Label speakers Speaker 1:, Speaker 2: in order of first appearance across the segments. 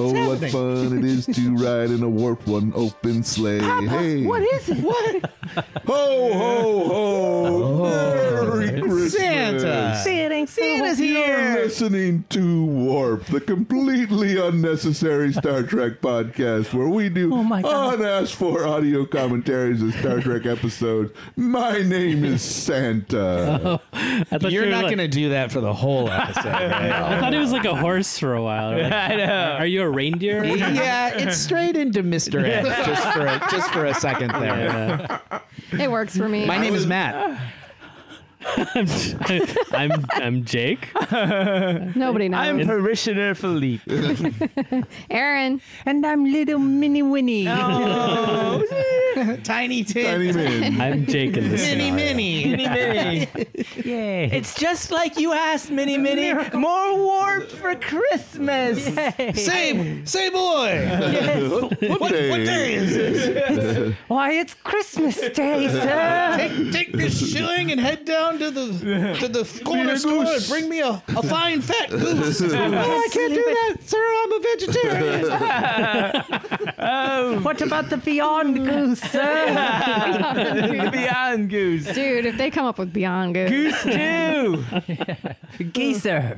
Speaker 1: Oh, What's
Speaker 2: oh,
Speaker 1: happening?
Speaker 2: what fun it is to ride in a warp one open sleigh. hey,
Speaker 1: What is it? What?
Speaker 2: ho, ho, ho! Merry Christmas!
Speaker 3: Santa.
Speaker 1: Oh, Santa, Santa's
Speaker 2: You're
Speaker 1: here.
Speaker 2: listening to Warp, the completely unnecessary Star Trek podcast where we do
Speaker 1: Oh my God.
Speaker 2: unasked for audio commentaries of Star Trek episodes. My name is
Speaker 1: Oh.
Speaker 2: Santa.
Speaker 4: I thought
Speaker 3: You're
Speaker 4: you were
Speaker 3: not
Speaker 4: like-
Speaker 3: going to do that for the whole episode. right?
Speaker 4: I thought it was like a horse for a while. Like,
Speaker 5: I know.
Speaker 4: Are you a reindeer?
Speaker 3: yeah, it's straight into Mr. X just for a, just for a second there.
Speaker 4: Yeah.
Speaker 6: It works for me.
Speaker 3: My name is Matt.
Speaker 4: I'm I'm Jake.
Speaker 6: Nobody knows.
Speaker 5: I'm parishioner Philippe.
Speaker 6: Aaron.
Speaker 1: And I'm little Minnie Winnie.
Speaker 3: Tiny Tim.
Speaker 2: Tiny man.
Speaker 4: I'm Jake in this.
Speaker 3: Mini
Speaker 4: scenario.
Speaker 3: Mini.
Speaker 4: Yay.
Speaker 1: It's just like you asked, Minnie Minnie. More warp for Christmas.
Speaker 3: Say, say boy.
Speaker 2: what,
Speaker 3: What, what day is this?
Speaker 1: Why, it's Christmas Day, sir.
Speaker 3: Take, take this shilling and head down to the to the corner store and
Speaker 2: goose.
Speaker 3: bring me a, a fine fat goose.
Speaker 1: Oh, I can't do that.
Speaker 3: Sir, I'm a vegetarian.
Speaker 1: What about the Beyond Goose, sir?
Speaker 5: Beyond Goose.
Speaker 6: Dude, if they come up with Beyond Good.
Speaker 5: Goose too.
Speaker 1: Geezer.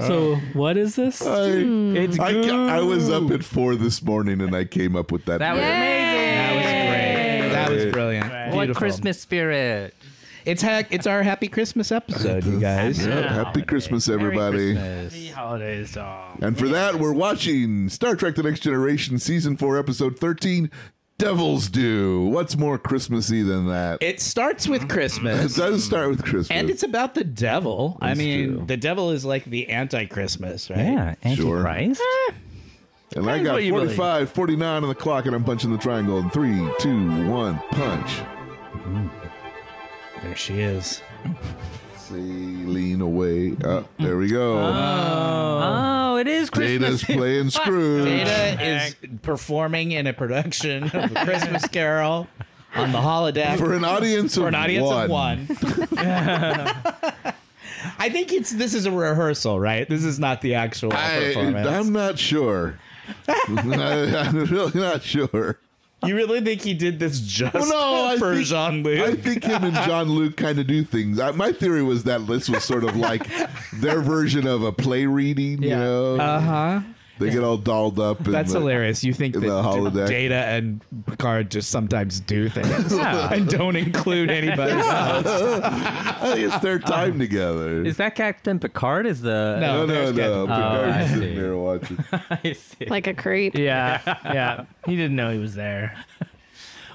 Speaker 4: So what is this?
Speaker 5: Uh,
Speaker 1: Hmm.
Speaker 2: I,
Speaker 5: It's
Speaker 2: I,
Speaker 5: goose.
Speaker 2: ca- I was up at four this morning and I came up with that.
Speaker 3: That was-
Speaker 6: That was
Speaker 3: great.
Speaker 2: That was
Speaker 3: brilliant.
Speaker 5: What
Speaker 3: spirit? It's ha- it's our happy Christmas episode, you guys.
Speaker 2: Yeah, happy Christmas, everybody.
Speaker 5: Happy holidays,
Speaker 3: uh,
Speaker 5: dog.
Speaker 2: And for that, we're watching Star Trek The Next Generation, Season 4, Episode 13 Devil's Do. What's more Christmassy than that?
Speaker 3: It starts with
Speaker 2: It
Speaker 3: Christmas.
Speaker 2: does start with Christmas.
Speaker 3: And it's about the devil. I
Speaker 2: It's
Speaker 3: mean,
Speaker 2: true.
Speaker 3: the devil is like the anti-Christmas, right?
Speaker 5: Yeah,
Speaker 2: Sure.
Speaker 5: Antichrist.
Speaker 2: and I
Speaker 5: depends
Speaker 2: got
Speaker 5: what you believe.
Speaker 2: 45, 49 on the clock, and I'm punching the triangle in three, two, one, punch.
Speaker 3: There she is.
Speaker 2: Sailing away. Up. there we go.
Speaker 3: Ah.
Speaker 1: Oh, it is
Speaker 2: Data's playing Scrooge.
Speaker 3: Data is performing in a production of A Christmas Carol on the holodeck
Speaker 2: For an audience
Speaker 3: for
Speaker 2: of
Speaker 3: an audience
Speaker 2: one.
Speaker 3: of one. I think it's this is a rehearsal, right? This is not the actual
Speaker 2: I,
Speaker 3: performance.
Speaker 2: I'm not sure. I, am really not sure.
Speaker 3: You really think he did this just
Speaker 2: no, I
Speaker 3: for
Speaker 2: think-
Speaker 3: Jean
Speaker 2: I
Speaker 3: Luc?
Speaker 2: think him and John Luke kind of do things. I, my theory was that this was sort of like their version of a play reading. You know,
Speaker 3: huh.
Speaker 2: they get all dolled up. and
Speaker 3: Uh-huh. That's
Speaker 2: the-
Speaker 3: hilarious. You think
Speaker 2: in
Speaker 3: that
Speaker 2: the holodeck.
Speaker 3: Data and Picard just sometimes do things and don't include anybody else.
Speaker 2: I think it's their time together.
Speaker 5: Is that Captain Picard? Is the
Speaker 3: Uh-huh.
Speaker 2: no, no,
Speaker 3: No. there's
Speaker 2: no.
Speaker 5: Oh,
Speaker 3: good-
Speaker 5: I
Speaker 2: Picard's
Speaker 5: see.
Speaker 2: sitting there watching.
Speaker 5: I see.
Speaker 6: Like a creep.
Speaker 4: Yeah.
Speaker 5: yeah, he didn't know he was there.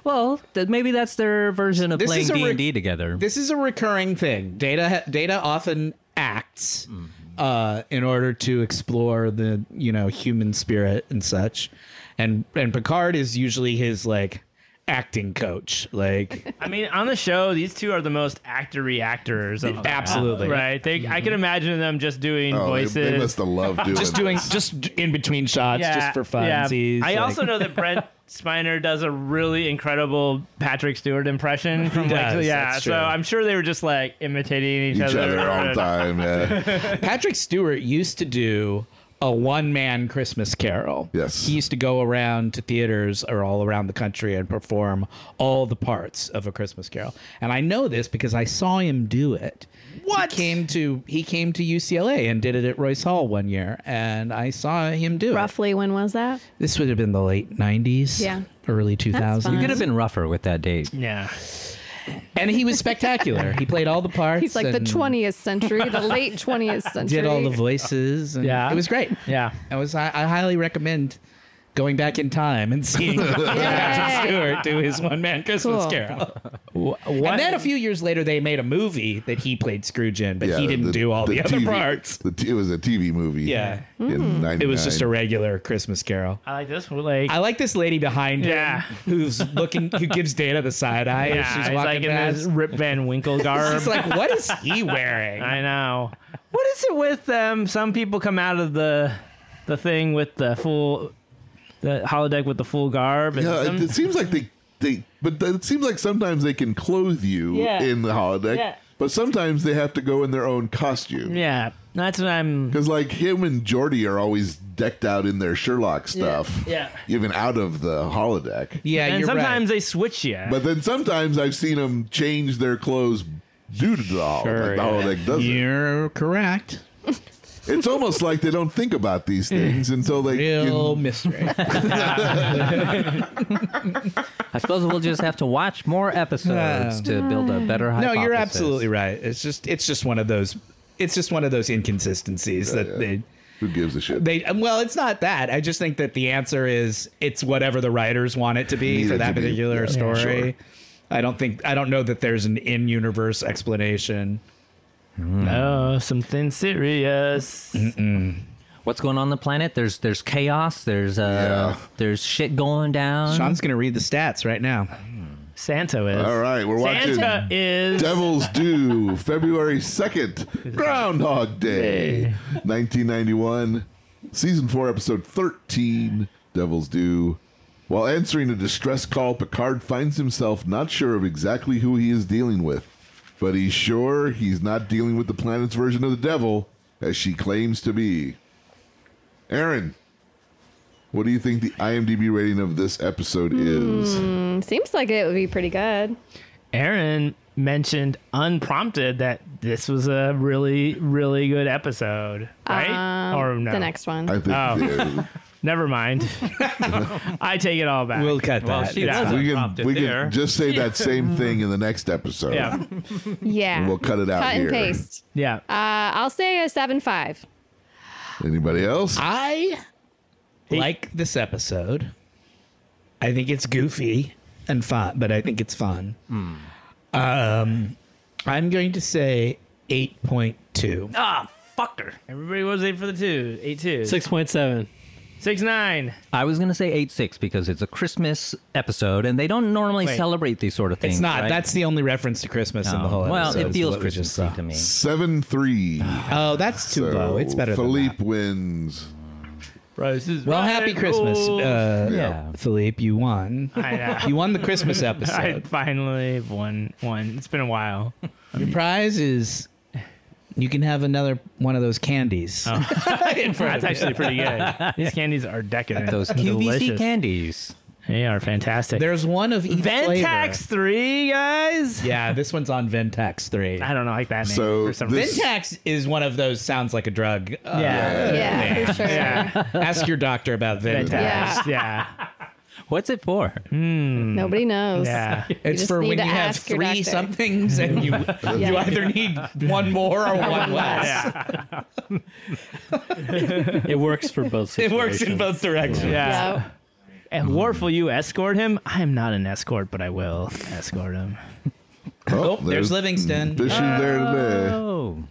Speaker 4: Well, th- maybe that's their version of
Speaker 3: This
Speaker 5: Playing
Speaker 3: is a
Speaker 5: D
Speaker 3: re-
Speaker 5: and D together.
Speaker 3: This is a recurring thing. Data ha- Data often acts
Speaker 2: Mm-hmm.
Speaker 3: uh, in order to explore the you know human spirit and such, and and Picard is usually his like acting coach. Like
Speaker 7: I mean, on the show, these two are the most actor actors of
Speaker 3: absolutely. Mm-hmm.
Speaker 7: right. They, I can imagine them just doing
Speaker 2: Oh, they,
Speaker 7: voices.
Speaker 2: they must have loved doing
Speaker 3: just doing just in between shots, just for fun.
Speaker 7: yeah.
Speaker 3: sees,
Speaker 7: I
Speaker 3: like-
Speaker 7: also know that Brent Spiner does a really incredible Patrick Stewart impression from
Speaker 3: He
Speaker 7: like,
Speaker 3: does,
Speaker 7: yeah.
Speaker 3: that's
Speaker 7: So
Speaker 3: true.
Speaker 7: I'm sure they were just like imitating each,
Speaker 2: each other all the
Speaker 7: and-
Speaker 2: time. Yeah.
Speaker 3: Patrick Stewart used to do a one man Christmas carol.
Speaker 2: Yes.
Speaker 3: He used to go around to theaters or all around the country and perform all the parts of a Christmas carol. And I know this because I saw him do it. What? He came to he came to UCLA and did it at Royce Hall one year and I saw him do it.
Speaker 6: Roughly, when was that?
Speaker 3: This would have been the late nineties.
Speaker 6: Yeah.
Speaker 3: Early two
Speaker 6: fine.
Speaker 3: thousands.
Speaker 6: You
Speaker 5: could have been rougher with that date.
Speaker 7: Yeah.
Speaker 3: And he was spectacular. he played all the parts.
Speaker 6: He's like the
Speaker 3: and
Speaker 6: 20th century, the late 20th century.
Speaker 3: Did all the voices. and
Speaker 7: Yeah.
Speaker 3: It was great.
Speaker 7: Yeah.
Speaker 3: I was I, I highly recommend going back in time and seeing
Speaker 6: Yay.
Speaker 3: Patrick Stewart do his one man Christmas
Speaker 6: Cool.
Speaker 3: Carol. And then a few years later, they made a movie that he played Scrooge in, but
Speaker 2: Yeah,
Speaker 3: he didn't do all the, other
Speaker 2: TV
Speaker 3: parts.
Speaker 2: The t- it was a TV movie.
Speaker 3: Yeah.
Speaker 2: In 99.
Speaker 3: It was just a regular Christmas Carol.
Speaker 7: I like this one. Like,
Speaker 3: I like this lady behind
Speaker 7: Yeah.
Speaker 3: him who's looking, who gives Dana the side eye. as
Speaker 7: yeah,
Speaker 3: she's
Speaker 7: he's like
Speaker 3: walking
Speaker 7: in this
Speaker 3: past.
Speaker 7: Rip Van Winkle garb.
Speaker 3: She's like, what is he wearing?
Speaker 7: I know. What is it with them? Some people come out of the the thing with the full the holodeck with the full garb. And
Speaker 2: Yeah,
Speaker 7: some-
Speaker 2: it, it seems like they they, but th- it seems like sometimes they can clothe you
Speaker 7: Yeah.
Speaker 2: in the holodeck,
Speaker 7: Yeah.
Speaker 2: but sometimes they have to go in their own costume.
Speaker 7: yeah. That's what I'm.
Speaker 2: Because like him and Jordy are always decked out in their Sherlock stuff,
Speaker 7: yeah.
Speaker 2: even out of the holodeck.
Speaker 3: Yeah,
Speaker 7: and
Speaker 3: you're
Speaker 7: sometimes they switch you.
Speaker 2: But then sometimes I've seen them change their clothes due to the holodeck.
Speaker 3: Sure,
Speaker 2: the holodeck
Speaker 3: right.
Speaker 2: does it.
Speaker 3: You're correct.
Speaker 2: It's almost like they don't think about these things until they
Speaker 3: Real
Speaker 2: can,
Speaker 3: mystery.
Speaker 5: I suppose we'll just have to watch more episodes to build a better
Speaker 3: no,
Speaker 5: hypothesis.
Speaker 3: you're absolutely right. It's just it's just one of those it's just one of those inconsistencies that they
Speaker 2: who gives a shit?
Speaker 3: They well, it's not that. I just think that the answer is it's whatever the writers want it to be
Speaker 2: Need it
Speaker 3: for
Speaker 2: to
Speaker 3: that
Speaker 2: be,
Speaker 3: particular
Speaker 2: yeah,
Speaker 3: story.
Speaker 2: sure.
Speaker 3: I don't think I don't know that there's an in-universe explanation.
Speaker 7: oh, something serious.
Speaker 5: What's going on the planet? There's there's chaos. There's uh
Speaker 2: Yeah.
Speaker 5: there's shit going down.
Speaker 3: Sean's gonna read the stats right now.
Speaker 7: Santo is.
Speaker 2: All right, we're watching
Speaker 7: Santa is.
Speaker 2: Devils Do, February 2nd, Groundhog Day, 1991, Season 4, Episode 13, Devils Do. While answering a distress call, Picard finds himself not sure of exactly who he is dealing with, but he's sure he's not dealing with the planet's version of the devil, as she claims to be. Aaron, what do you think the IMDb rating of this episode is?
Speaker 6: Mm, Seems like it would be pretty good.
Speaker 7: Aaron mentioned unprompted that this was a really, really good episode, right?
Speaker 6: Um,
Speaker 7: or no?
Speaker 6: The next one.
Speaker 2: I think
Speaker 7: Oh.
Speaker 2: it is.
Speaker 7: Never mind. I take it all back.
Speaker 3: We'll cut
Speaker 5: Well,
Speaker 3: that.
Speaker 5: she
Speaker 3: It's-
Speaker 5: was
Speaker 2: we can,
Speaker 5: prompted
Speaker 2: we
Speaker 5: there.
Speaker 2: can just say that same thing in the next episode.
Speaker 7: yeah,
Speaker 6: yeah.
Speaker 2: We'll cut it out
Speaker 6: Cut and
Speaker 2: here.
Speaker 6: paste.
Speaker 7: yeah.
Speaker 6: Uh, I'll say a seven five.
Speaker 2: Anybody else?
Speaker 3: I like this episode. I think it's goofy and fun, but I think it's fun. Um, I'm going to say 8.2.
Speaker 7: Ah, fucker. Everybody was eight for the two. Eight two.
Speaker 4: Six point seven.
Speaker 7: Six nine.
Speaker 5: I was gonna say eight six because it's a Christmas episode and they don't normally
Speaker 7: Wait.
Speaker 5: celebrate these sort of things.
Speaker 3: It's not.
Speaker 5: right? Um,
Speaker 3: That's the only reference to Christmas in the whole episode.
Speaker 5: well, it
Speaker 3: is
Speaker 5: feels
Speaker 3: what we just
Speaker 5: Christmassy
Speaker 3: saw.
Speaker 5: to me.
Speaker 2: Seven three.
Speaker 3: Oh, that's too low. It's better
Speaker 2: Philippe
Speaker 3: than that.
Speaker 2: wins.
Speaker 7: Bryce is
Speaker 3: Well, happy Christmas, uh,
Speaker 5: Yeah.
Speaker 3: Philippe. You won.
Speaker 7: I know.
Speaker 3: You won the Christmas
Speaker 7: I
Speaker 3: episode.
Speaker 7: finally won one. It's been a while.
Speaker 3: Your prize is you can have another one of those candies.
Speaker 7: That's actually pretty good. These candies are decadent.
Speaker 5: Those
Speaker 7: They're
Speaker 5: QVC
Speaker 7: delicious.
Speaker 5: candies.
Speaker 7: They are fantastic.
Speaker 3: There's one of each flavor.
Speaker 7: Ventax three guys.
Speaker 3: Yeah, this one's on Ventax 3.
Speaker 7: I don't know, like that name
Speaker 2: So
Speaker 7: for some
Speaker 2: this-
Speaker 7: reason.
Speaker 3: Ventax is one of those sounds like a drug. Uh,
Speaker 7: Yeah.
Speaker 6: Yeah, for sure.
Speaker 7: Yeah.
Speaker 3: Ask your doctor about Ventax.
Speaker 7: Ventax. Yeah.
Speaker 5: What's it for?
Speaker 6: Nobody knows.
Speaker 7: Yeah.
Speaker 3: It's
Speaker 6: just
Speaker 3: for
Speaker 6: need
Speaker 3: when
Speaker 6: to
Speaker 3: you have
Speaker 6: ask your
Speaker 3: three
Speaker 6: doctor.
Speaker 3: somethings and you you either need one more or one less.
Speaker 7: Yeah.
Speaker 4: It works for both.
Speaker 3: It works in
Speaker 4: situations.
Speaker 3: both directions.
Speaker 7: Yeah.
Speaker 6: Yep.
Speaker 7: And Worf, will you escort him? I am not an escort, but I will escort him.
Speaker 2: Oh,
Speaker 3: there's Livingston.
Speaker 2: Fishy there today.
Speaker 5: Oh,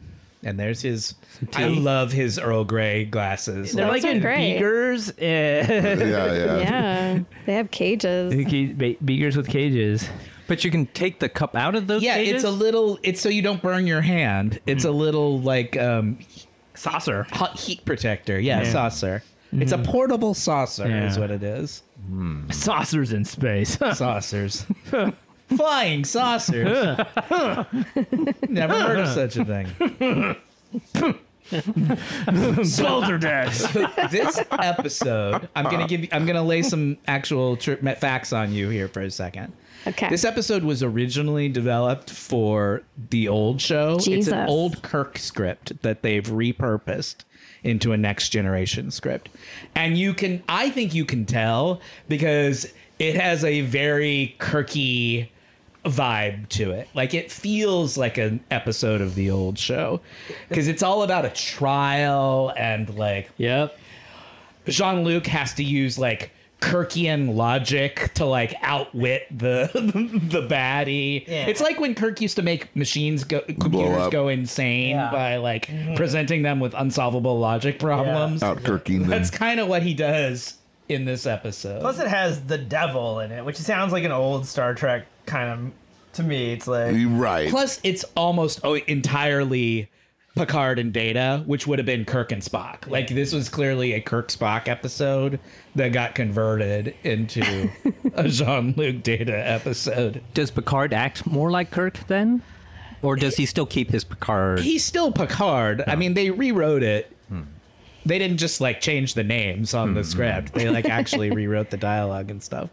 Speaker 3: And there's his. I love his Earl Grey glasses.
Speaker 7: They're
Speaker 6: Those
Speaker 7: like
Speaker 6: are
Speaker 7: in
Speaker 6: great.
Speaker 7: beakers. eh,
Speaker 2: Yeah, yeah.
Speaker 6: Yeah. They have cages.
Speaker 7: ca- be- beakers with cages.
Speaker 5: but you can take the cup out of those.
Speaker 3: Yeah, it's
Speaker 5: cages?
Speaker 3: a little. It's so you don't burn your hand. It's a little like um,
Speaker 7: Saucer.
Speaker 3: hot heat protector. Yeah,
Speaker 7: Yeah.
Speaker 3: saucer. It's a portable saucer, is
Speaker 7: Yeah.
Speaker 3: what it is.
Speaker 7: Saucers in space.
Speaker 3: Saucers. Flying saucers. Never heard of such a thing.
Speaker 7: Boulder decks.
Speaker 3: This episode, I'm gonna give. You, I'm gonna lay some actual tri- facts on you here for a second.
Speaker 6: Okay.
Speaker 3: This episode was originally developed for the old show. It's
Speaker 6: Jesus.
Speaker 3: an old Kirk script that they've repurposed into a next generation script. And you can I think you can tell because it has a very Kirky vibe to it. Like it feels like an episode of the old show because it's all about a trial and like
Speaker 4: Yep.
Speaker 3: Jean Luc has to use like Kirkian logic to like outwit the the baddie. It's like when Kirk used to make machines go computers
Speaker 2: up.
Speaker 3: go insane by like presenting them with unsolvable logic problems.
Speaker 2: Out Kirking them.
Speaker 3: That's kind of what he does in this episode.
Speaker 8: Plus, it has the devil in it, which sounds like an old Star Trek kind of. To me, it's like
Speaker 2: You're right.
Speaker 3: Plus, it's almost oh, entirely Picard and Data, which would have been Kirk and Spock. Like this was clearly a Kirk Spock episode that got converted into a Jean Luc Data episode.
Speaker 5: Does Picard act more like Kirk then? Or does he still keep his Picard?
Speaker 3: he's still Picard. I mean, they rewrote it.
Speaker 5: Hmm.
Speaker 3: They didn't just like change the names on the script. They like actually rewrote the dialogue and stuff.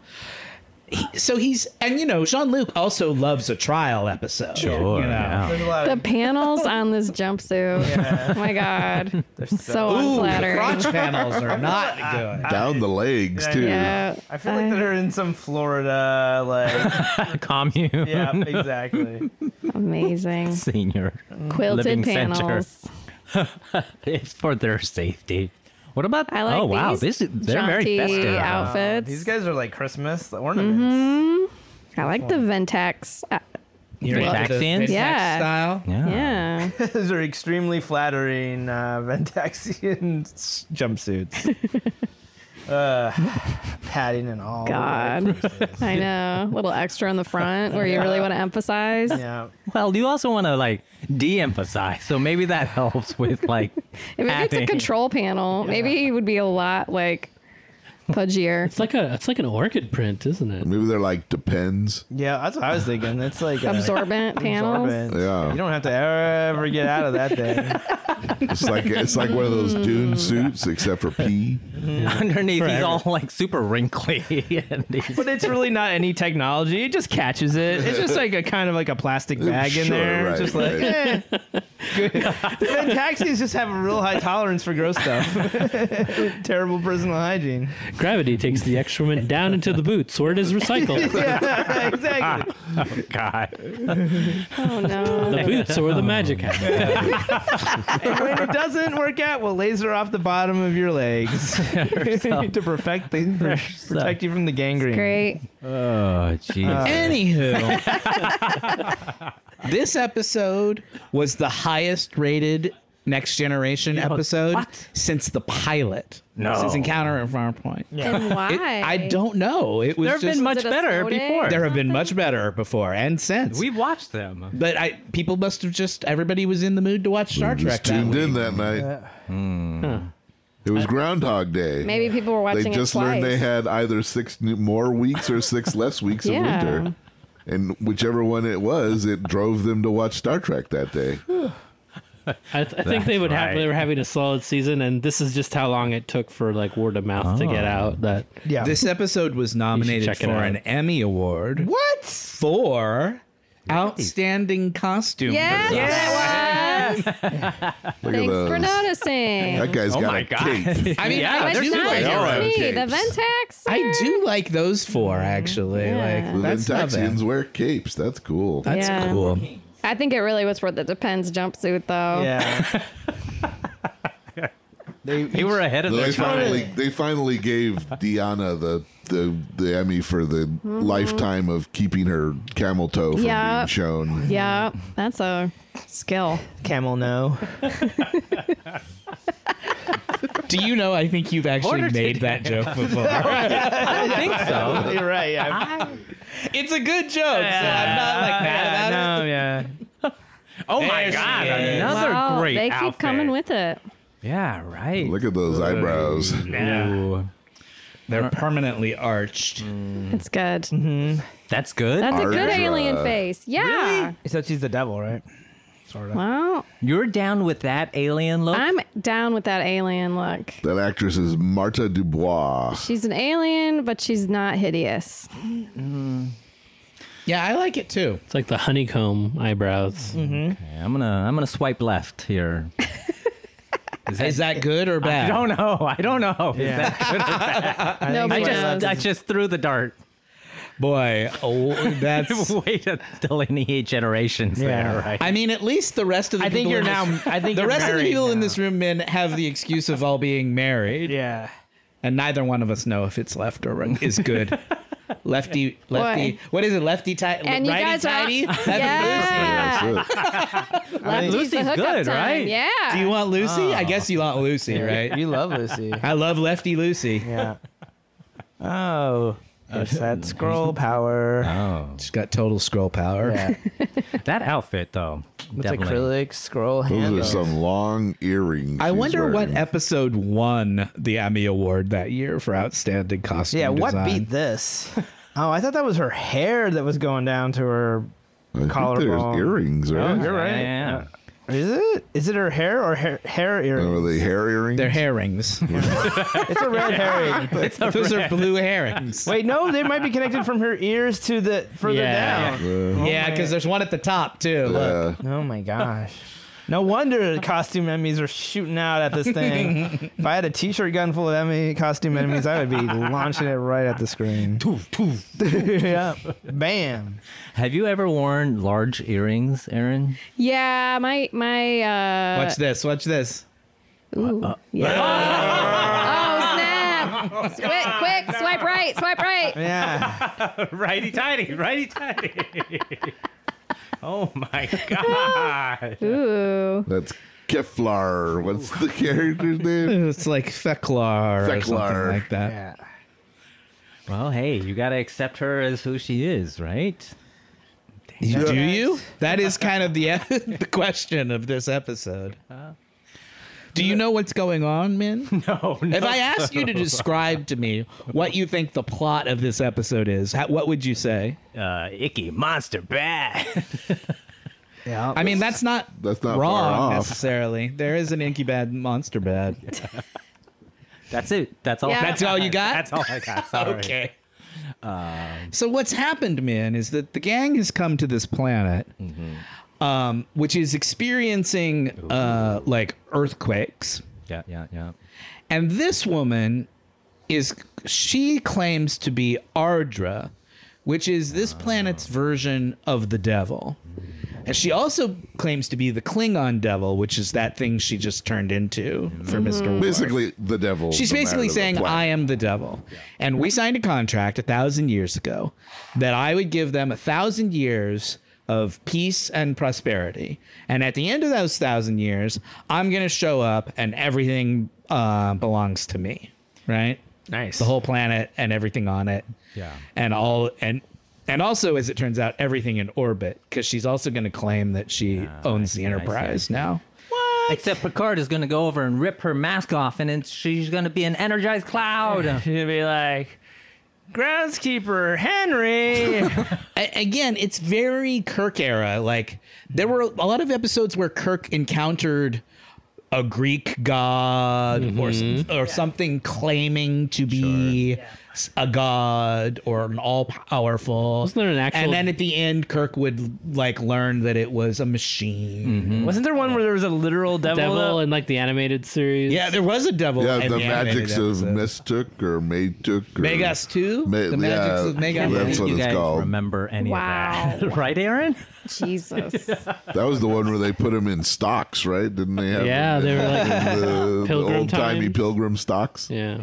Speaker 3: He, so he's and you know Jean Luc also loves a trial episode. Sure. You know?
Speaker 8: There's a lot
Speaker 6: The
Speaker 8: of
Speaker 6: panels on this jumpsuit. Oh my god. so
Speaker 3: Ooh, the
Speaker 6: unflattering.
Speaker 3: crotch panels are not good.
Speaker 2: Down the legs
Speaker 8: Yeah,
Speaker 2: too.
Speaker 6: Yeah.
Speaker 8: I feel like they're in some Florida, like
Speaker 5: commune
Speaker 8: yeah, exactly.
Speaker 6: Amazing.
Speaker 5: senior.
Speaker 6: Quilted
Speaker 5: Living
Speaker 6: panels.
Speaker 5: center. It's for their safety. What about?
Speaker 6: I like
Speaker 5: oh wow,
Speaker 6: these
Speaker 5: this is they're
Speaker 6: jaunty
Speaker 5: very festive.
Speaker 6: outfits.
Speaker 8: These guys are like Christmas ornaments.
Speaker 6: Mm-hmm. I like the Ventex. Uh,
Speaker 3: You're
Speaker 5: Vintex
Speaker 3: into
Speaker 5: in?
Speaker 3: Vintex
Speaker 6: Yeah.
Speaker 3: Style.
Speaker 5: Yeah.
Speaker 6: yeah.
Speaker 8: These are extremely flattering uh, Ventaxian s- jumpsuits. uh, padding and all.
Speaker 6: God. I know. A little extra on the front where you really want to emphasize.
Speaker 8: Yeah.
Speaker 5: Well, you also want to like de-emphasize, so maybe that helps with like
Speaker 6: Maybe it's a
Speaker 5: having-
Speaker 6: control panel. Maybe he would be a lot like pudgier.
Speaker 4: It's like a it's like an orchid print, isn't it?
Speaker 2: Maybe they're like depends.
Speaker 8: Yeah, that's what I was thinking. It's like
Speaker 7: uh,
Speaker 8: a
Speaker 6: Absorbent panels.
Speaker 8: absorbent.
Speaker 2: Yeah.
Speaker 8: You don't have to ever get out of that thing.
Speaker 2: It's like it's like one of those dune suits except for pee.
Speaker 5: underneath. He's all like super wrinkly, and he's,
Speaker 7: But it's really not any technology. It just catches it. It's just like a kind of like a plastic bag in
Speaker 2: Sure,
Speaker 7: there.
Speaker 2: right,
Speaker 7: just like
Speaker 2: right.
Speaker 7: eh. good. Then taxis just have a real high tolerance for gross stuff. Terrible personal hygiene.
Speaker 4: Gravity takes the excrement down into the boots where it is recycled.
Speaker 7: Yeah, exactly.
Speaker 5: God,
Speaker 6: Oh no.
Speaker 4: The boots are where the magic happens.
Speaker 7: And when it doesn't work out, we'll laser off the bottom of your legs to perfect the, protect you from the gangrene.
Speaker 6: Great.
Speaker 5: oh jeez.
Speaker 3: Anywho, Uh, this episode was the highest rated Next Generation episode since the pilot.
Speaker 5: No.
Speaker 3: Since Encounter at Farpoint.
Speaker 6: And why?
Speaker 3: It- I don't know. It was
Speaker 5: there have
Speaker 3: just-
Speaker 5: been much
Speaker 6: Is it a
Speaker 5: better
Speaker 6: snow day?
Speaker 5: before.
Speaker 3: There have been much better before and since.
Speaker 5: We've watched them.
Speaker 3: but I people must have just everybody was in the mood to watch Star Trek.
Speaker 2: Just
Speaker 3: That
Speaker 2: tuned
Speaker 3: week.
Speaker 2: in that night. It was Groundhog Day.
Speaker 6: Maybe people were watching
Speaker 2: they just
Speaker 6: it twice.
Speaker 2: learned they had either six new- more weeks or six less weeks
Speaker 6: Yeah.
Speaker 2: of winter. And whichever one it was, it drove them to watch Star Trek that day.
Speaker 6: Hmm.
Speaker 4: I, th- I think they would have
Speaker 5: right.
Speaker 4: they were having a solid season, and this is just how long it took for like word of mouth to
Speaker 5: Oh.
Speaker 4: get out. That
Speaker 8: Yeah.
Speaker 3: This episode was
Speaker 4: You
Speaker 3: nominated
Speaker 4: should check it
Speaker 3: for
Speaker 4: out.
Speaker 3: an Emmy Award. What? For outstanding costume.
Speaker 6: Yes,
Speaker 3: design.
Speaker 6: it was.
Speaker 2: Look
Speaker 6: Thanks
Speaker 2: at
Speaker 6: for
Speaker 2: those.
Speaker 6: noticing.
Speaker 2: That guy's
Speaker 5: Oh
Speaker 2: got
Speaker 5: my
Speaker 2: a
Speaker 5: God.
Speaker 2: cape.
Speaker 3: I mean,
Speaker 5: Yeah,
Speaker 3: I
Speaker 6: But
Speaker 5: they're
Speaker 3: do
Speaker 6: it's not
Speaker 3: like
Speaker 2: they all have
Speaker 6: just me, the
Speaker 2: capes.
Speaker 6: Ventax.
Speaker 3: I do like those four actually.
Speaker 6: Yeah.
Speaker 2: The
Speaker 3: Like that's not
Speaker 2: Ventaxians
Speaker 3: bad.
Speaker 2: wear capes. That's cool.
Speaker 3: That's
Speaker 6: Yeah.
Speaker 3: cool.
Speaker 6: I think it really was worth the Depends jumpsuit, though.
Speaker 8: Yeah. they,
Speaker 5: They were ahead of
Speaker 2: they
Speaker 5: their time.
Speaker 2: finally they finally gave Deanna the the the Emmy for the lifetime of keeping her camel toe from
Speaker 6: Mm-hmm. Yeah.
Speaker 2: being shown.
Speaker 6: Yeah, that's a skill.
Speaker 8: camel no.
Speaker 3: Do you know? I think you've actually
Speaker 5: Order
Speaker 3: made that joke before.
Speaker 5: I don't think so.
Speaker 8: You're right. Yeah.
Speaker 3: it's a good joke, so I'm not like mad about
Speaker 8: no, yeah.
Speaker 5: Oh my
Speaker 3: There she
Speaker 5: god,
Speaker 3: is.
Speaker 5: another
Speaker 6: Wow,
Speaker 5: great
Speaker 6: They keep
Speaker 5: outfit.
Speaker 6: coming with it.
Speaker 5: Yeah, right.
Speaker 2: Look at those eyebrows.
Speaker 5: Ooh.
Speaker 3: it. They're permanently arched.
Speaker 2: Mm-hmm.
Speaker 6: It's good.
Speaker 5: Mm-hmm. That's good.
Speaker 6: That's a good
Speaker 2: Ardra.
Speaker 6: alien face. Yeah.
Speaker 8: So she's the devil, right?
Speaker 6: Well,
Speaker 5: You're down with that alien look?
Speaker 6: I'm down with that alien look.
Speaker 2: That actress is Marta Dubois.
Speaker 6: She's an alien, but she's not hideous.
Speaker 3: Yeah, I like it too.
Speaker 4: it's like the honeycomb eyebrows.
Speaker 5: Mm-hmm. Yeah, I'm gonna I'm gonna swipe left here.
Speaker 3: Is that good or
Speaker 5: I
Speaker 3: bad?
Speaker 5: don't know. I don't know. Is that-
Speaker 6: no,
Speaker 5: I
Speaker 6: but
Speaker 5: just I just threw the dart.
Speaker 3: Boy, oh, that's.
Speaker 5: Way to delineate generations there, right?
Speaker 3: I mean, at least the rest of the
Speaker 8: I think
Speaker 3: people
Speaker 8: you're
Speaker 3: in
Speaker 8: now.
Speaker 3: this-
Speaker 8: I think
Speaker 3: the
Speaker 8: you're
Speaker 3: rest of the
Speaker 8: married
Speaker 3: people in
Speaker 8: now.
Speaker 3: this room, men, have the excuse of all being married,
Speaker 8: Yeah.
Speaker 3: and neither one of us know if it's left or right is good. lefty, lefty. What is it? Lefty tight.
Speaker 6: And you
Speaker 3: righty
Speaker 6: guys are-
Speaker 3: tighty. That's
Speaker 6: yeah.
Speaker 2: That's it.
Speaker 6: Lefty's the
Speaker 5: Lucy's
Speaker 6: hookup
Speaker 5: good,
Speaker 6: time.
Speaker 5: right?
Speaker 6: Yeah.
Speaker 3: Lucy. Do you want Lucy? I guess you want Lucy, right?
Speaker 8: You love Lucy.
Speaker 3: I love Lefty Lucy.
Speaker 8: Yeah. Oh. It's that scroll power.
Speaker 5: oh,
Speaker 3: She's got total scroll power.
Speaker 8: Yeah.
Speaker 5: that outfit though.
Speaker 8: With
Speaker 5: definitely.
Speaker 8: acrylic scroll
Speaker 2: Those are
Speaker 8: handles.
Speaker 2: some long earrings.
Speaker 3: I
Speaker 2: she's
Speaker 3: wonder what
Speaker 2: wearing.
Speaker 3: episode won the Emmy Award that year for outstanding costume.
Speaker 8: Yeah, what
Speaker 3: design.
Speaker 8: beat this? Oh, I thought that was her hair that was going down to her
Speaker 2: I think
Speaker 8: Collarbone.
Speaker 2: There's earrings,
Speaker 8: Oh,
Speaker 2: right?
Speaker 8: you're right.
Speaker 5: Yeah.
Speaker 8: Uh, Is it? Is it her hair or hair, hair
Speaker 2: Are
Speaker 8: earring?
Speaker 2: they hair earrings?
Speaker 3: They're herrings.
Speaker 8: It's a red herring.
Speaker 3: Those are blue herrings.
Speaker 8: Wait, no, they might be connected from her ears to the further
Speaker 3: Yeah.
Speaker 8: down.
Speaker 2: Uh,
Speaker 7: Oh
Speaker 3: yeah, because there's one at the top too. Look.
Speaker 2: yeah.
Speaker 8: Oh my gosh. No wonder the costume enemies are shooting out at this thing. if I had a t-shirt gun full of enemy costume enemies, I would be launching it right at the screen. yeah. Bam.
Speaker 5: Have you ever worn large earrings, Aaron?
Speaker 6: Yeah, my my. uh
Speaker 3: Watch this. Watch this.
Speaker 6: ooh, yeah. oh snap! Quick, quick, swipe right, swipe right.
Speaker 8: Yeah.
Speaker 7: righty tighty, righty tighty. oh my god!
Speaker 6: Ooh,
Speaker 2: That's Keflar. What's the character's name?
Speaker 3: It's like Feklar or something
Speaker 2: Feklar.
Speaker 3: like that.
Speaker 8: Yeah.
Speaker 5: Well, hey, you gotta accept her as who she is, right?
Speaker 3: You- Do you? That is kind of the the question of this episode. Do you know what's going on, Min?
Speaker 7: No,
Speaker 3: If I asked you to describe to me what you think the plot of this episode is, how, what would you say?
Speaker 7: uh, icky monster bad.
Speaker 8: Yeah.
Speaker 3: I mean, that's not
Speaker 2: That's not
Speaker 3: wrong
Speaker 2: far off.
Speaker 3: necessarily. There is an inky bad monster bad.
Speaker 5: That's it. That's all.
Speaker 6: Yeah.
Speaker 3: That's all you got.
Speaker 7: That's all I got. Sorry.
Speaker 3: Okay. so what's happened, man, is that the gang has come to this planet, um, which is experiencing uh, like earthquakes,
Speaker 5: Yeah, yeah, yeah.
Speaker 3: and this woman is she claims to be Ardra, which is this planet's version of the devil. And she also claims to be the Klingon devil, which is that thing she just turned into for Mr. Worf.
Speaker 2: Basically, the devil.
Speaker 3: She's
Speaker 2: no matter
Speaker 3: basically
Speaker 2: the
Speaker 3: saying,
Speaker 2: plot.
Speaker 3: I am the devil. And we signed a contract a thousand years ago that I would give them a thousand years of peace and prosperity. And at the end of those thousand years, I'm going to show up and everything uh, belongs to me. Right?
Speaker 7: Nice.
Speaker 3: The whole planet and everything on it.
Speaker 5: Yeah.
Speaker 3: And all, and, and also, as it turns out, everything in orbit, because she's also going to claim that she
Speaker 2: Ah,
Speaker 3: owns the Enterprise now.
Speaker 5: Except Picard is gonna go over and rip her mask off, and then she's gonna be an energized cloud.
Speaker 8: She'd be like, groundskeeper Henry.
Speaker 3: A- again, it's very Kirk era. Like there were a lot of episodes where Kirk encountered a Greek god or
Speaker 4: Mm-hmm.
Speaker 3: s- or something claiming to be s- a god or an all powerful.
Speaker 4: Wasn't there an actual-
Speaker 3: And then at the end, Kirk would like learn that it was a machine.
Speaker 4: Mm-hmm.
Speaker 8: Wasn't there one where there was a literal devil?
Speaker 4: Devil
Speaker 8: though?
Speaker 4: in like the animated series.
Speaker 3: Yeah, there was a devil.
Speaker 2: Yeah,
Speaker 3: in
Speaker 2: the,
Speaker 3: animated
Speaker 2: magics of
Speaker 3: episode.
Speaker 2: Mistook or Maytook. Or
Speaker 3: Megas two.
Speaker 2: Ma-
Speaker 3: the
Speaker 2: yeah,
Speaker 3: magics of Megas.
Speaker 2: that's
Speaker 5: you
Speaker 2: what it's
Speaker 5: guys
Speaker 2: called.
Speaker 5: remember any of
Speaker 6: Wow.
Speaker 5: that, right, Aaron?
Speaker 6: Jesus.
Speaker 2: That was the one where they put him in stocks, right? Didn't they have?
Speaker 4: Yeah, they were like,
Speaker 2: the, the
Speaker 4: Pilgrim
Speaker 2: old timey
Speaker 4: times.
Speaker 2: pilgrim stocks.
Speaker 4: yeah.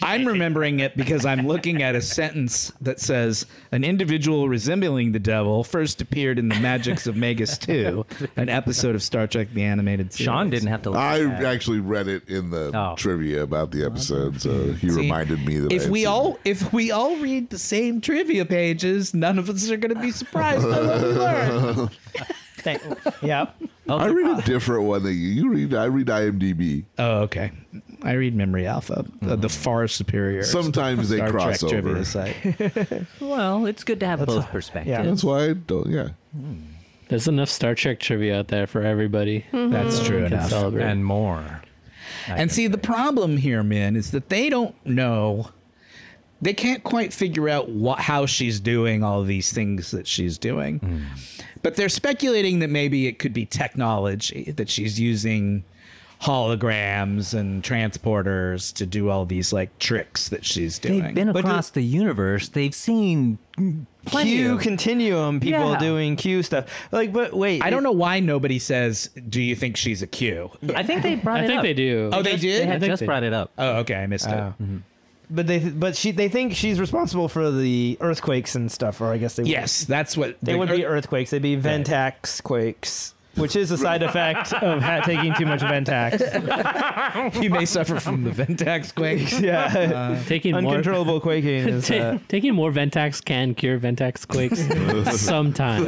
Speaker 3: I'm remembering it because I'm looking at a sentence that says an individual resembling the devil first appeared in the Magics of Magus 2, an episode of Star Trek the Animated Series.
Speaker 5: Sean didn't have to. Look
Speaker 2: I
Speaker 5: at that.
Speaker 2: actually read it in the
Speaker 5: Oh.
Speaker 2: trivia about the episode, so he
Speaker 3: See,
Speaker 2: reminded me that I
Speaker 3: If
Speaker 2: had
Speaker 3: we
Speaker 2: seen
Speaker 3: all
Speaker 2: it.
Speaker 3: if we all read the same trivia pages, none of us are going to be surprised by what we learn.
Speaker 8: Thank- yep.
Speaker 2: I read a different one that you, you read. I read IMDb.
Speaker 3: Oh, okay. I read Memory Alpha, uh, the far superior.
Speaker 2: Sometimes they
Speaker 3: Star
Speaker 2: cross
Speaker 3: Trek
Speaker 2: over.
Speaker 3: trivia site.
Speaker 5: well, it's good to have both perspectives.
Speaker 2: That's why I don't. Yeah,
Speaker 4: There's enough Star Trek trivia out there for everybody.
Speaker 5: Mm-hmm.
Speaker 3: That's true enough.
Speaker 4: Celebrate.
Speaker 5: and more.
Speaker 3: and see, the problem here, men, is that they don't know. They can't quite figure out what, how she's doing all these things that she's doing. But they're speculating that maybe it could be technology, that she's using holograms and transporters to do all these like tricks that she's doing.
Speaker 5: They've been
Speaker 8: But do-
Speaker 5: across the universe. They've seen plenty.
Speaker 8: Q
Speaker 5: of-
Speaker 8: continuum, people
Speaker 5: Yeah.
Speaker 8: doing Q stuff. Like, but wait,
Speaker 3: I don't know why nobody says, Do you think she's a Q?
Speaker 5: I think they brought
Speaker 4: I
Speaker 5: it
Speaker 4: think
Speaker 5: up.
Speaker 4: they do.
Speaker 3: Oh, they
Speaker 5: They
Speaker 3: did?
Speaker 5: had
Speaker 4: think
Speaker 5: just
Speaker 4: they-
Speaker 5: brought it up.
Speaker 3: Oh, okay. I missed it.
Speaker 8: But they, but she, they think she's responsible for the earthquakes and stuff, or I guess they. would-
Speaker 3: Yes, that's what
Speaker 8: they would be earthquakes. They'd be Ventax quakes, which is a side effect of ha- taking too much Ventax.
Speaker 3: You may suffer from the Ventax quake.
Speaker 8: Yeah,
Speaker 4: Uh, Taking more,
Speaker 8: uncontrollable quaking is.
Speaker 4: ta-
Speaker 8: Uh,
Speaker 4: taking more Ventax can cure Ventax quakes sometime.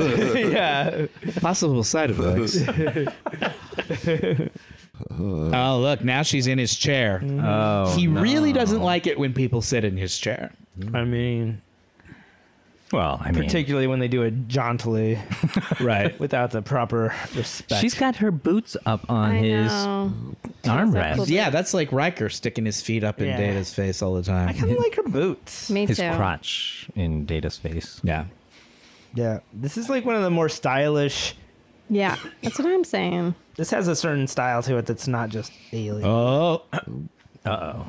Speaker 8: yeah,
Speaker 3: Possible side effects. oh, look, now she's in his chair.
Speaker 5: Oh,
Speaker 3: he really doesn't like it when people sit in his chair.
Speaker 8: I mean,
Speaker 9: Well, I mean,
Speaker 10: particularly when they do it jauntily
Speaker 3: right.
Speaker 10: without the proper respect.
Speaker 11: She's got her boots up on
Speaker 6: I
Speaker 11: his
Speaker 6: know.
Speaker 11: armrest.
Speaker 6: Cool.
Speaker 3: Yeah, that's like Riker sticking his feet up in
Speaker 10: Yeah.
Speaker 3: Data's face all the
Speaker 10: I kind
Speaker 3: time.
Speaker 10: of like her boots.
Speaker 6: Me
Speaker 9: his
Speaker 6: too.
Speaker 9: crotch in Data's face.
Speaker 3: Yeah.
Speaker 10: Yeah, this is like one of the more stylish.
Speaker 6: Yeah, that's what I'm saying.
Speaker 10: This has a certain style to it that's not just alien.
Speaker 3: Oh. Uh oh.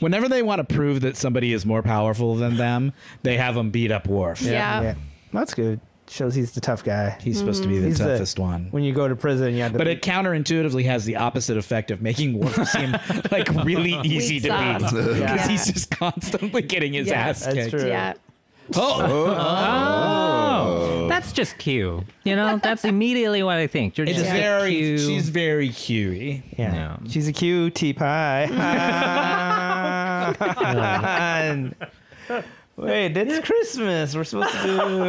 Speaker 3: Whenever they want to prove that somebody is more powerful than them, they have them beat up Worf.
Speaker 6: Yeah.
Speaker 10: yeah, that's good. Shows he's the tough guy.
Speaker 3: He's supposed to be the
Speaker 10: He's the-
Speaker 3: toughest one.
Speaker 10: When you go to prison, you have to.
Speaker 3: But it counterintuitively has the opposite effect of making Worf seem like really easy to beat.
Speaker 6: sauce.
Speaker 3: Because
Speaker 6: Yeah.
Speaker 3: he's just constantly getting his
Speaker 6: Yeah,
Speaker 3: ass
Speaker 10: that's
Speaker 3: kicked.
Speaker 10: true.
Speaker 6: Yeah.
Speaker 3: Oh,
Speaker 2: Oh.
Speaker 9: That's just Q.
Speaker 11: You know, that's immediately what I think. You're
Speaker 3: it's
Speaker 11: just a
Speaker 3: very,
Speaker 11: cute-
Speaker 3: she's very cuey.
Speaker 10: yeah.
Speaker 9: Yeah.
Speaker 10: she's a cutie pie. Wait, it's Christmas. We're supposed to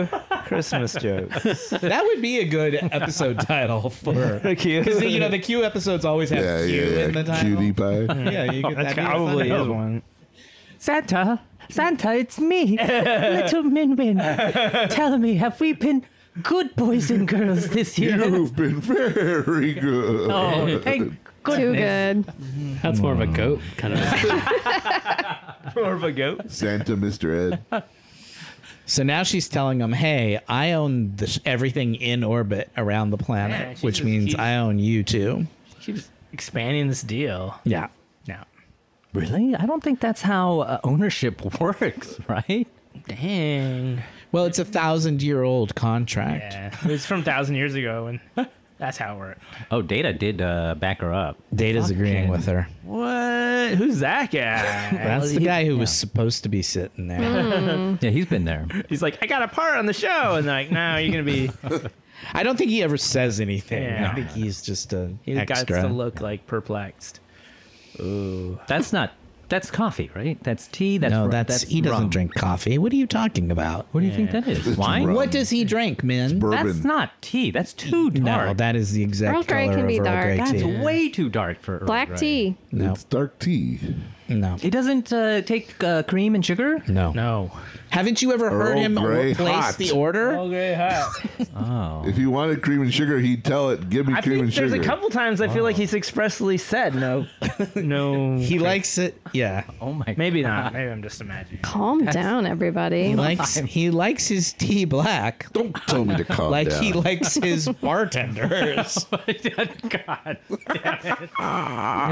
Speaker 10: do Christmas jokes.
Speaker 3: That would be a good episode title for her. Because, you know, the Q episodes always have
Speaker 2: Yeah,
Speaker 3: Q
Speaker 2: yeah,
Speaker 3: in the
Speaker 2: yeah.
Speaker 3: title.
Speaker 2: Cutie pie.
Speaker 3: Yeah, you could,
Speaker 10: That's
Speaker 3: that'd be
Speaker 10: probably
Speaker 3: funny.
Speaker 10: is one.
Speaker 11: Santa, Santa, it's me, little Min Min. Tell me, have we been good boys and girls this year?
Speaker 2: You've been very good.
Speaker 11: Oh, thank
Speaker 6: Too
Speaker 11: goodness.
Speaker 6: good.
Speaker 4: That's more of
Speaker 5: Mm.
Speaker 4: a goat kind of.
Speaker 2: Santa, Mr. Ed.
Speaker 3: So now she's telling him, hey, I own this, everything in orbit around the
Speaker 7: Yeah,
Speaker 3: planet,
Speaker 7: she's
Speaker 3: which
Speaker 7: just-
Speaker 3: means
Speaker 7: she's-
Speaker 3: I own you too.
Speaker 7: She was expanding this deal.
Speaker 3: Yeah.
Speaker 7: Now,
Speaker 11: Really? I don't think that's how uh, ownership works, right?
Speaker 7: dang.
Speaker 3: Well, it's a thousand year old contract.
Speaker 7: Yeah, it was from thousand years ago, and that's how it worked.
Speaker 9: Oh, Data did uh, back her up.
Speaker 3: Data's agreeing with her.
Speaker 7: What? Uh, Who's that guy?
Speaker 3: That's the guy who was supposed to be sitting there.
Speaker 9: Yeah, he's been there.
Speaker 7: He's like, I got a part on the show, and they're like, no, you're gonna be.
Speaker 3: I don't think he ever says anything.
Speaker 7: Yeah.
Speaker 3: I think he's just a
Speaker 7: He got
Speaker 3: extra.
Speaker 7: to look like perplexed.
Speaker 9: That's not.
Speaker 11: That's coffee, right? That's tea. That's
Speaker 3: no,
Speaker 11: rum,
Speaker 3: that's, he doesn't
Speaker 11: rum.
Speaker 3: drink coffee. What are you talking about?
Speaker 11: What do you think that is? Wine?
Speaker 2: rum.
Speaker 3: What does he drink, Min?
Speaker 2: Bourbon.
Speaker 11: That's not tea. That's too dark.
Speaker 3: No, that is the exact
Speaker 6: Earl Grey
Speaker 3: color
Speaker 6: can
Speaker 3: of
Speaker 6: be
Speaker 3: Earl
Speaker 6: dark.
Speaker 3: Grey
Speaker 6: That's
Speaker 11: It's
Speaker 3: tea.
Speaker 11: way too dark for Earl
Speaker 6: Black
Speaker 11: Grey.
Speaker 6: tea.
Speaker 3: No,
Speaker 2: It's dark tea.
Speaker 3: no,
Speaker 11: It doesn't uh, take uh, cream and sugar.
Speaker 3: no,
Speaker 7: No.
Speaker 3: Haven't you ever heard
Speaker 2: Earl
Speaker 3: him
Speaker 2: Grey
Speaker 3: place
Speaker 2: hot.
Speaker 3: the order?
Speaker 7: Okay, hot.
Speaker 2: If he wanted cream and sugar, he'd tell it, give me
Speaker 7: I
Speaker 2: cream
Speaker 7: think
Speaker 2: and
Speaker 7: there's
Speaker 2: sugar.
Speaker 7: a couple times I feel like he's expressly said no. no.
Speaker 3: He likes it. Yeah,
Speaker 11: Oh my!
Speaker 7: Maybe not. Maybe I'm just imagining.
Speaker 6: Calm down, everybody.
Speaker 3: he likes he likes his tea black.
Speaker 2: Don't tell me to calm
Speaker 3: Like
Speaker 2: down.
Speaker 3: he likes his bartenders.
Speaker 7: God.
Speaker 2: Ah,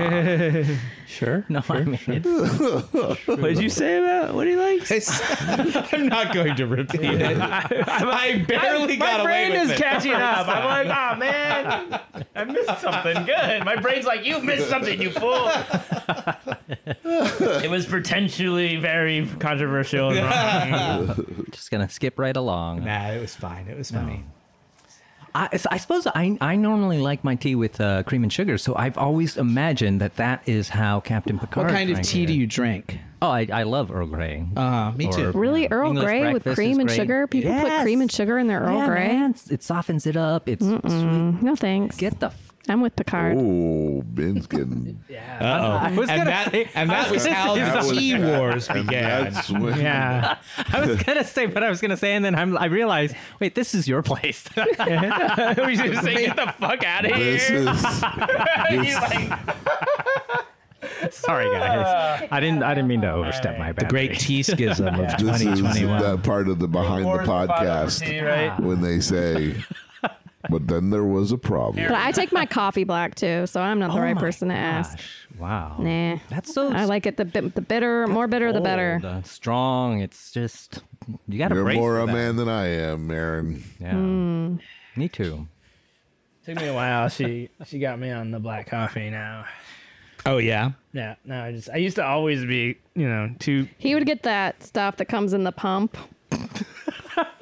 Speaker 11: No, I mean it's
Speaker 7: What did you say about what he likes?
Speaker 3: It's- I'm not going to repeat it. I barely got
Speaker 7: My
Speaker 3: away
Speaker 7: brain
Speaker 3: with
Speaker 7: is
Speaker 3: it.
Speaker 7: catching up. I'm like, oh man, I missed something good. My brain's like, you missed something, you fool. it was potentially very controversial and wrong.
Speaker 11: just gonna skip right along.
Speaker 3: Nah, it was fine. It was funny.
Speaker 11: I, s- I suppose I I normally like my tea with uh, cream and sugar, so I've always imagined that that is how Captain Picard.
Speaker 3: What kind of
Speaker 11: drank
Speaker 3: tea
Speaker 11: it.
Speaker 3: do you drink?
Speaker 11: Oh, I, I love Earl Grey.
Speaker 3: Uh, me
Speaker 11: Or-
Speaker 3: too.
Speaker 6: Really, Earl
Speaker 11: English
Speaker 6: Grey with
Speaker 11: breakfast
Speaker 6: cream
Speaker 11: is
Speaker 6: and
Speaker 11: great.
Speaker 6: sugar? People put
Speaker 11: Yes.
Speaker 6: cream and sugar in their Earl
Speaker 11: yeah,
Speaker 6: Grey?
Speaker 11: man, it's- it softens it up. It's sweet.
Speaker 6: No thanks.
Speaker 11: Get the. F-
Speaker 6: I'm with Picard.
Speaker 2: Oh, Ben's getting.
Speaker 3: Uh-oh. And that, and that was how
Speaker 2: That
Speaker 3: the
Speaker 2: was-
Speaker 3: tea wars began.
Speaker 2: That's when,
Speaker 7: Yeah.
Speaker 11: I was gonna say what I was gonna say, and then I'm, I realized, wait, this is your place.
Speaker 7: we should say, get the fuck out of
Speaker 2: This
Speaker 7: here.
Speaker 2: is.
Speaker 7: He's like,
Speaker 9: Sorry, guys. I didn't. I didn't mean to overstep my boundaries.
Speaker 3: Great tea schism of
Speaker 2: This is
Speaker 3: 2021.
Speaker 2: that part of the behind the podcast
Speaker 7: right?
Speaker 2: when they say, but then there was a problem.
Speaker 6: But I take my coffee black too, so I'm not the
Speaker 11: Oh
Speaker 6: right
Speaker 11: my
Speaker 6: person to ask.
Speaker 11: gosh, Wow.
Speaker 6: Nah.
Speaker 11: That's so.
Speaker 6: I like it the bit, the bitter, more bitter the better.
Speaker 11: bold, uh, strong. It's just you got to
Speaker 2: You're
Speaker 11: brace
Speaker 2: more
Speaker 11: for
Speaker 2: a
Speaker 11: that.
Speaker 2: man than I am, Aaron.
Speaker 11: Yeah.
Speaker 6: Hmm.
Speaker 11: Me too.
Speaker 7: Took me a while. She she got me on the black coffee now.
Speaker 3: Oh yeah.
Speaker 7: Yeah, no, I just I used to always be, you know, too
Speaker 6: He would get that stuff that comes in the pump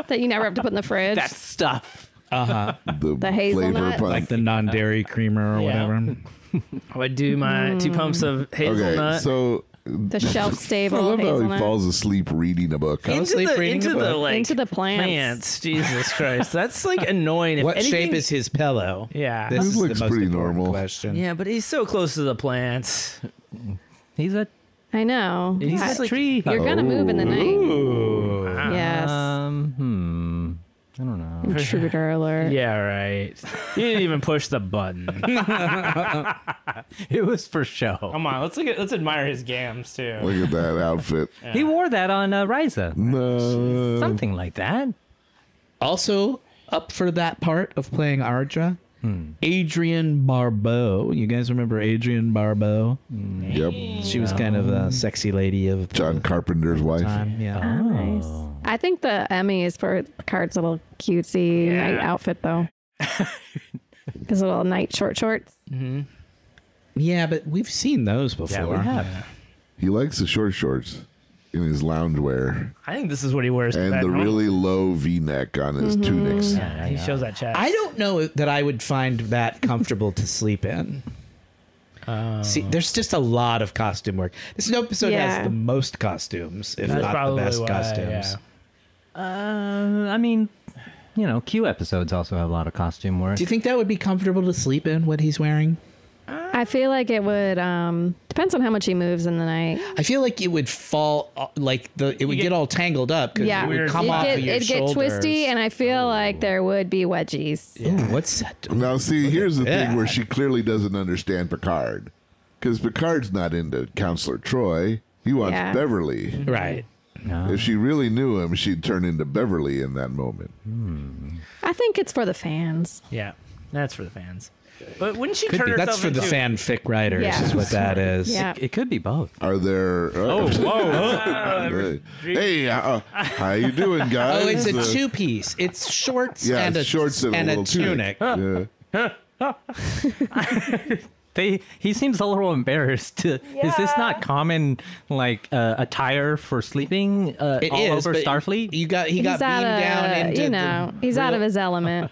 Speaker 6: that you never have to put in the fridge.
Speaker 11: That stuff.
Speaker 2: The,
Speaker 6: hazelnut?
Speaker 2: flavor punch.
Speaker 3: Like the non-dairy creamer or
Speaker 7: Yeah.
Speaker 3: whatever.
Speaker 7: Oh, I would do my two pumps of hazelnut.
Speaker 2: okay, so
Speaker 6: the shelf
Speaker 2: I
Speaker 6: stable
Speaker 2: love how
Speaker 6: hazelnut
Speaker 2: he falls asleep reading a book.
Speaker 3: Fell asleep reading a book.
Speaker 7: like
Speaker 6: into the plants.
Speaker 7: plants. Jesus Christ, that's like annoying. If
Speaker 3: What
Speaker 7: anything-
Speaker 3: shape is his pillow?
Speaker 7: Yeah.
Speaker 3: This
Speaker 7: He
Speaker 3: is the
Speaker 2: looks
Speaker 3: most
Speaker 2: pretty
Speaker 3: important
Speaker 2: normal.
Speaker 3: question.
Speaker 7: Yeah, but he's so close to the plants.
Speaker 11: He's a
Speaker 6: I know.
Speaker 11: he's
Speaker 6: I-
Speaker 11: a tree.
Speaker 6: you're gonna move in the night. Yes.
Speaker 11: Um, I don't know.
Speaker 6: Intruder alert.
Speaker 7: Yeah, right. He didn't even push the button.
Speaker 11: It was for show.
Speaker 7: Come on, let's look at let's admire his gams too.
Speaker 2: Look at that outfit.
Speaker 11: He wore that on uh, Ryza.
Speaker 2: No.
Speaker 11: Something like that.
Speaker 3: Also up for that part of playing Ardra, Hmm. Adrian Barbeau. You guys remember Adrian Barbeau?
Speaker 2: Yep.
Speaker 3: She was kind of the sexy lady of the
Speaker 2: John Carpenter's wife.
Speaker 3: time. Yeah.
Speaker 6: Uh-huh. Nice. I think the Emmy is for Card's little cutesy night outfit, though. His little night short shorts.
Speaker 3: Yeah, but we've seen those before.
Speaker 11: Yeah, we have.
Speaker 2: He likes the short shorts in his loungewear
Speaker 7: I think this is what he wears.
Speaker 2: and
Speaker 7: back
Speaker 2: the
Speaker 7: home.
Speaker 2: really low V-neck on his
Speaker 6: Mm-hmm.
Speaker 2: tunics.
Speaker 7: he
Speaker 6: Uh,
Speaker 7: shows that chest.
Speaker 3: I don't know that I would find that comfortable to sleep in. See, there's just a lot of costume work. This episode
Speaker 6: Yeah.
Speaker 3: has the most costumes, if
Speaker 7: That's
Speaker 3: not the
Speaker 7: probably
Speaker 3: best
Speaker 7: why,
Speaker 3: costumes.
Speaker 7: yeah.
Speaker 11: Uh, I mean, you know, Q episodes also have a lot of costume work.
Speaker 3: Do you think that would be comfortable to sleep in what he's wearing?
Speaker 6: I feel like it would um depends on how much he moves in the night.
Speaker 3: I feel like it would fall uh, like the it would get, all tangled up because
Speaker 6: Yeah,
Speaker 3: it would
Speaker 6: it'd
Speaker 3: come off
Speaker 6: get,
Speaker 3: of your
Speaker 6: it'd
Speaker 3: shoulders. Oh.
Speaker 6: get twisty, and I feel like there would be wedgies.
Speaker 3: Ooh, what's that?
Speaker 2: Now, see, here's the
Speaker 3: that.
Speaker 2: thing where she clearly doesn't understand Picard, because Picard's not into Counselor Troy. He wants
Speaker 6: Yeah.
Speaker 2: Beverly.
Speaker 3: Right.
Speaker 2: If she really knew him, she'd turn into Beverly in that moment.
Speaker 6: I think it's for the fans.
Speaker 7: Yeah, that's for the fans. But wouldn't she turn herself
Speaker 3: That's for the
Speaker 7: into-
Speaker 3: fanfic writers,
Speaker 6: Yeah.
Speaker 3: is what that is.
Speaker 6: Yeah.
Speaker 11: It could be both.
Speaker 2: Are there? Oh, whoa! hey, uh, how you doing, guys?
Speaker 3: Oh, it's
Speaker 2: Uh,
Speaker 3: a two piece. It's shorts
Speaker 2: Yeah,
Speaker 3: and a
Speaker 2: it's shorts and,
Speaker 3: and
Speaker 2: a little
Speaker 3: tunic.
Speaker 2: Yeah.
Speaker 11: They he seems a little embarrassed. To, Is this not common like uh, attire for sleeping uh,
Speaker 3: It is
Speaker 11: all over
Speaker 3: but
Speaker 11: Starfleet?
Speaker 3: You got he
Speaker 6: He's
Speaker 3: got beamed
Speaker 6: out of
Speaker 3: down into
Speaker 6: you know
Speaker 3: the
Speaker 6: he's out
Speaker 3: real-
Speaker 6: of his element.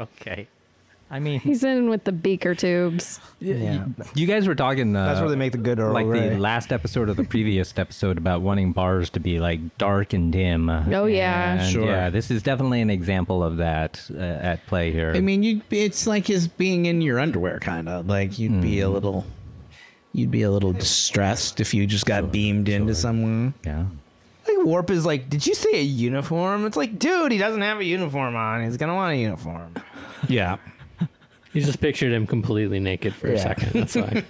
Speaker 11: okay. I mean,
Speaker 6: he's in with the beaker tubes.
Speaker 11: yeah. you guys were talking. Uh,
Speaker 8: That's where they make the good Earl
Speaker 11: like the
Speaker 8: Grey.
Speaker 11: last episode of the previous episode about wanting bars to be like dark and dim.
Speaker 6: Oh, yeah.
Speaker 11: And,
Speaker 3: Sure.
Speaker 11: Yeah, this is definitely an example of that uh, at play here.
Speaker 3: I mean, you it's like his being in your underwear kind of like you'd be a
Speaker 11: Hmm.
Speaker 3: little you'd be a little distressed if you just got beamed into somewhere.
Speaker 11: yeah.
Speaker 8: Like Warp is like, did you say a uniform? It's like, dude, he doesn't have a uniform on. He's gonna want a uniform.
Speaker 3: Yeah.
Speaker 4: You just pictured him completely naked for a
Speaker 8: Yeah.
Speaker 4: second. That's why.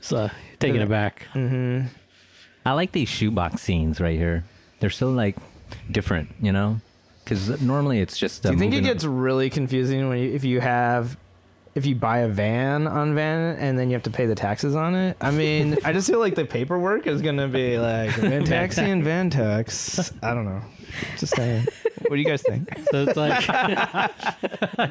Speaker 4: so taking it back.
Speaker 11: I like these shoebox scenes right here. They're so like different, you know, because normally it's just. Uh,
Speaker 8: Do you think it
Speaker 11: moving-
Speaker 8: gets really confusing when you, if you have if you buy a van on van and then you have to pay the taxes on it? I mean, I just feel like the paperwork is gonna be like van taxi and van tax. I don't know. Just saying. What do you guys think?
Speaker 4: So it's like,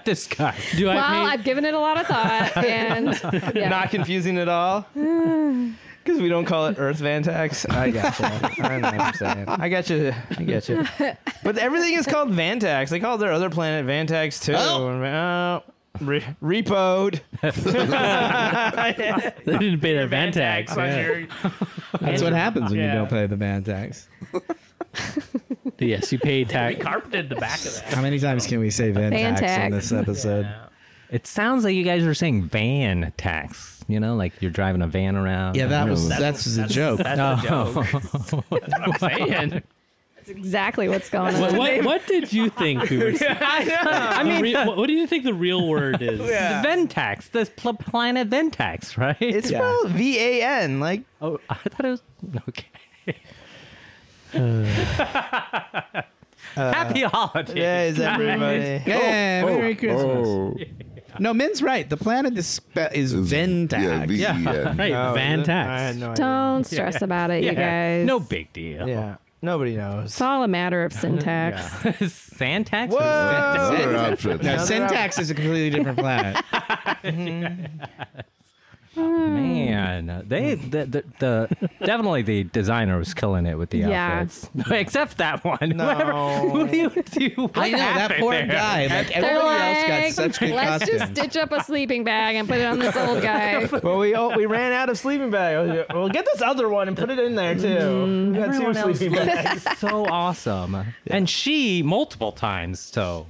Speaker 11: this guy?
Speaker 4: do I
Speaker 6: Well,
Speaker 4: pay?
Speaker 6: I've given it a lot of thought, and yeah.
Speaker 8: Not confusing at all. Because we don't call it Earth Van Tax. I gotcha. I know what I'm saying. I gotcha. I gotcha. But everything is called Van Tax. They call their other planet Van Tax too. Oh. Re- repoed.
Speaker 4: they didn't pay their van tax. Yeah.
Speaker 3: That's what happens when
Speaker 7: Yeah.
Speaker 3: you don't pay the band tax.
Speaker 4: Yes, you pay tax.
Speaker 7: carpeted the back of that.
Speaker 3: How many times can we say van,
Speaker 6: Van
Speaker 3: tax, in
Speaker 6: tax.
Speaker 3: this episode? Yeah,
Speaker 11: It sounds like you guys are saying van tax. You know, like you're driving a van around.
Speaker 3: that was that's, a joke.
Speaker 11: Oh.
Speaker 7: Man,
Speaker 6: exactly what's going
Speaker 4: what,
Speaker 6: on.
Speaker 4: what, what did you think we were saying? I mean, what, what do you think the real word is?
Speaker 11: The Ventax, this pl- planet Ventax, right?
Speaker 8: It's spelled V A N. Like
Speaker 11: oh, I thought it was okay.
Speaker 8: Uh,
Speaker 11: Happy holidays.
Speaker 8: Yes, everybody.
Speaker 3: Yeah, Merry
Speaker 2: Oh,
Speaker 3: Christmas.
Speaker 2: oh.
Speaker 3: No, Min's right. The planet is spe- is Ven
Speaker 2: Yeah, E
Speaker 3: tax.
Speaker 2: V-E-N.
Speaker 4: Right,
Speaker 8: Oh,
Speaker 4: van
Speaker 8: I had
Speaker 4: tax.
Speaker 8: no idea.
Speaker 6: Don't stress about it, you guys.
Speaker 11: No big deal.
Speaker 8: Yeah. Nobody knows.
Speaker 6: It's all a matter of syntax.
Speaker 11: Santax? or
Speaker 8: Whoa.
Speaker 2: Another outfit.
Speaker 3: No, syntax is a completely different planet.
Speaker 11: Man, they the, the, the definitely the designer was killing it with the
Speaker 6: Yeah.
Speaker 11: outfits, except that one. Whatever.
Speaker 8: No.
Speaker 11: What do you do? What
Speaker 3: I know that
Speaker 11: happened
Speaker 3: poor
Speaker 11: there?
Speaker 3: guy. Like
Speaker 6: They're
Speaker 3: everybody
Speaker 6: like,
Speaker 3: else got such good
Speaker 6: let's
Speaker 3: costumes.
Speaker 6: just stitch up a sleeping bag and put it on this old guy.
Speaker 8: Well, we all, we ran out of sleeping bag. Well, get this other one and put it in there too. We got two
Speaker 11: Mm-hmm. Everyone else
Speaker 8: sleeping bags.
Speaker 11: looked so awesome, and she multiple times. So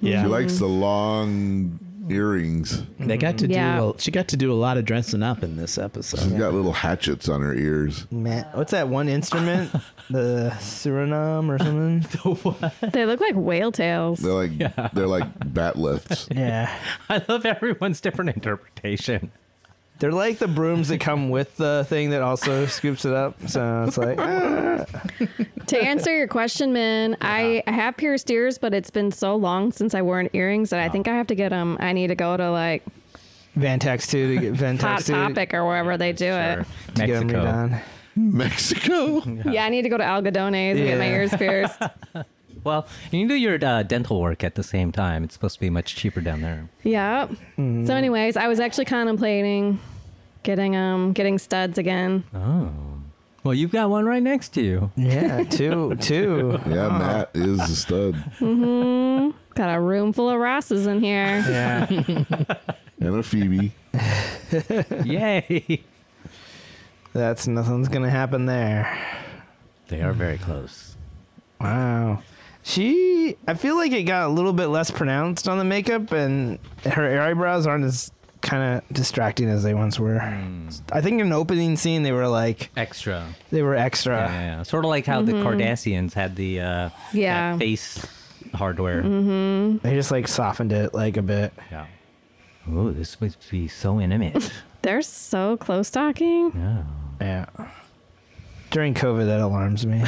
Speaker 2: She likes the long earrings.
Speaker 3: They got to
Speaker 6: Yeah.
Speaker 3: do. A, she got to do a lot of dressing up in this episode.
Speaker 2: She's got little hatchets on her ears.
Speaker 8: Man, what's that one instrument? the Suriname or something?
Speaker 6: They look like whale tails.
Speaker 2: They're like they're like bat lifts.
Speaker 8: yeah.
Speaker 11: I love everyone's different interpretation.
Speaker 8: They're like the brooms that come with the thing that also scoops it up. So it's like, ah.
Speaker 6: to answer your question, man, I, I have pierced ears, but it's been so long since I wore an earrings that I think I have to get them. I need to go to like
Speaker 8: Vantax 2 to get
Speaker 6: Hot
Speaker 8: Vantax 2.
Speaker 6: Topic or wherever they do
Speaker 11: Sure.
Speaker 6: it.
Speaker 8: To get 'em
Speaker 11: Mexico.
Speaker 8: redone.
Speaker 2: Mexico.
Speaker 6: Yeah. I need to go to Algodones and get my
Speaker 8: Yeah.
Speaker 6: ears pierced.
Speaker 11: Well, you can do your uh, dental work at the same time. It's supposed to be much cheaper down there.
Speaker 6: yeah. So, anyways, I was actually contemplating getting um getting studs again.
Speaker 11: Oh. Well, you've got one right next to you.
Speaker 8: Yeah, two, two.
Speaker 2: Yeah, Matt is a stud
Speaker 6: Got a room full of Rosses in here.
Speaker 8: Yeah.
Speaker 2: and a Phoebe.
Speaker 11: Yay.
Speaker 8: That's nothing's going to happen there.
Speaker 11: They are very close.
Speaker 8: Wow. She, I feel like it got a little bit less pronounced on the makeup, and her eyebrows aren't as kind of distracting as they once were.
Speaker 11: Hmm.
Speaker 8: I think in an opening scene, they were like,
Speaker 11: Extra.
Speaker 8: they were extra.
Speaker 11: Yeah, yeah, yeah. Sort of like how the Cardassians had the uh, that
Speaker 6: Yeah.
Speaker 11: face hardware.
Speaker 8: They just like softened it like a bit.
Speaker 11: Yeah. Oh, this would be so intimate.
Speaker 6: They're so close talking.
Speaker 11: yeah.
Speaker 8: Yeah. During COVID, that alarms me.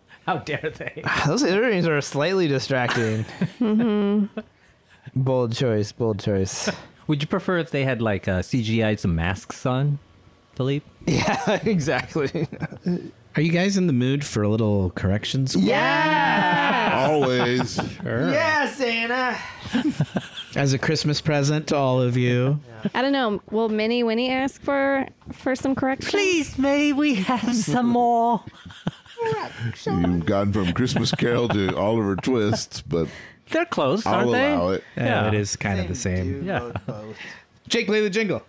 Speaker 4: How dare they?
Speaker 8: Those earrings are slightly distracting.
Speaker 4: Mm-hmm.
Speaker 8: Bold choice, bold choice.
Speaker 11: Would you prefer if they had like uh, CGI some masks on, Philippe?
Speaker 8: Yeah, exactly.
Speaker 3: Are you guys in the mood for a little corrections?
Speaker 8: Yeah.
Speaker 2: Always.
Speaker 8: Yeah, Santa.
Speaker 3: As a Christmas present to all of you.
Speaker 6: I don't know. Will Minnie Winnie ask for for some correction?
Speaker 5: Please, may we have some more?
Speaker 2: You've gone from Christmas Carol to Oliver Twist, but
Speaker 11: They're close,
Speaker 2: I'll
Speaker 11: aren't they?
Speaker 2: allow it.
Speaker 3: Yeah, it is kind of the same.
Speaker 11: Yeah.
Speaker 3: Jake, play the jingle.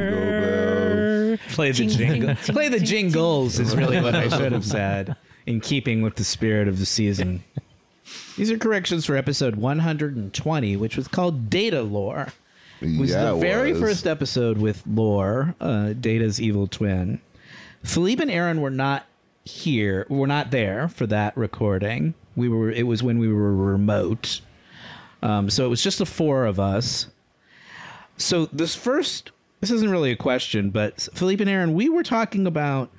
Speaker 2: Jingle
Speaker 3: Play the jingle. Play the jingles is really what I should have said, in keeping with the spirit of the season. These are corrections for episode 120, which was called Data Lore.
Speaker 2: bells.
Speaker 3: was
Speaker 2: yeah,
Speaker 3: the very
Speaker 2: it was.
Speaker 3: first episode with Lore, uh, Data's evil twin. Philippe and Aaron were not here. Were not there for that recording. We were. It was when we were remote. Um, so it was just the four of us. So this first, this isn't really a question, but Philippe and Aaron, we were talking about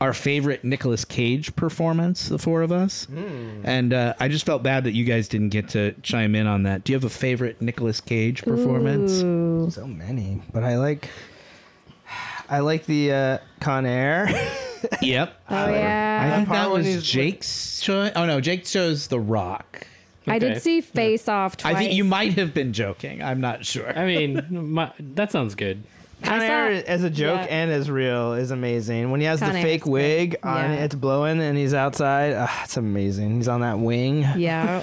Speaker 3: our favorite Nicolas Cage performance, the four of us,
Speaker 2: Hmm.
Speaker 3: and uh, I just felt bad that you guys didn't get to chime in on that. Do you have a favorite Nicolas Cage performance?
Speaker 6: Ooh. Oh,
Speaker 8: So many, but I like. I like the uh, Con Air.
Speaker 3: Yep.
Speaker 6: Oh
Speaker 3: I
Speaker 6: yeah.
Speaker 3: think that
Speaker 8: Apollo
Speaker 3: was
Speaker 8: is-
Speaker 3: Jake's choice. Oh no, Jake chose The Rock.
Speaker 6: I
Speaker 4: Okay.
Speaker 6: did see Face Off twice.
Speaker 3: I think you might have been joking. I'm not sure.
Speaker 4: I mean, my, that sounds good.
Speaker 8: Con
Speaker 6: I
Speaker 8: Air
Speaker 6: saw-
Speaker 8: as a joke
Speaker 6: yeah.
Speaker 8: and as real is amazing. When he has
Speaker 6: Con
Speaker 8: the
Speaker 6: Air is
Speaker 8: fake
Speaker 6: great.
Speaker 8: wig on,
Speaker 6: Yeah.
Speaker 8: it's blowing, and he's outside. Ah, it's amazing. He's on that wing.
Speaker 6: Yeah.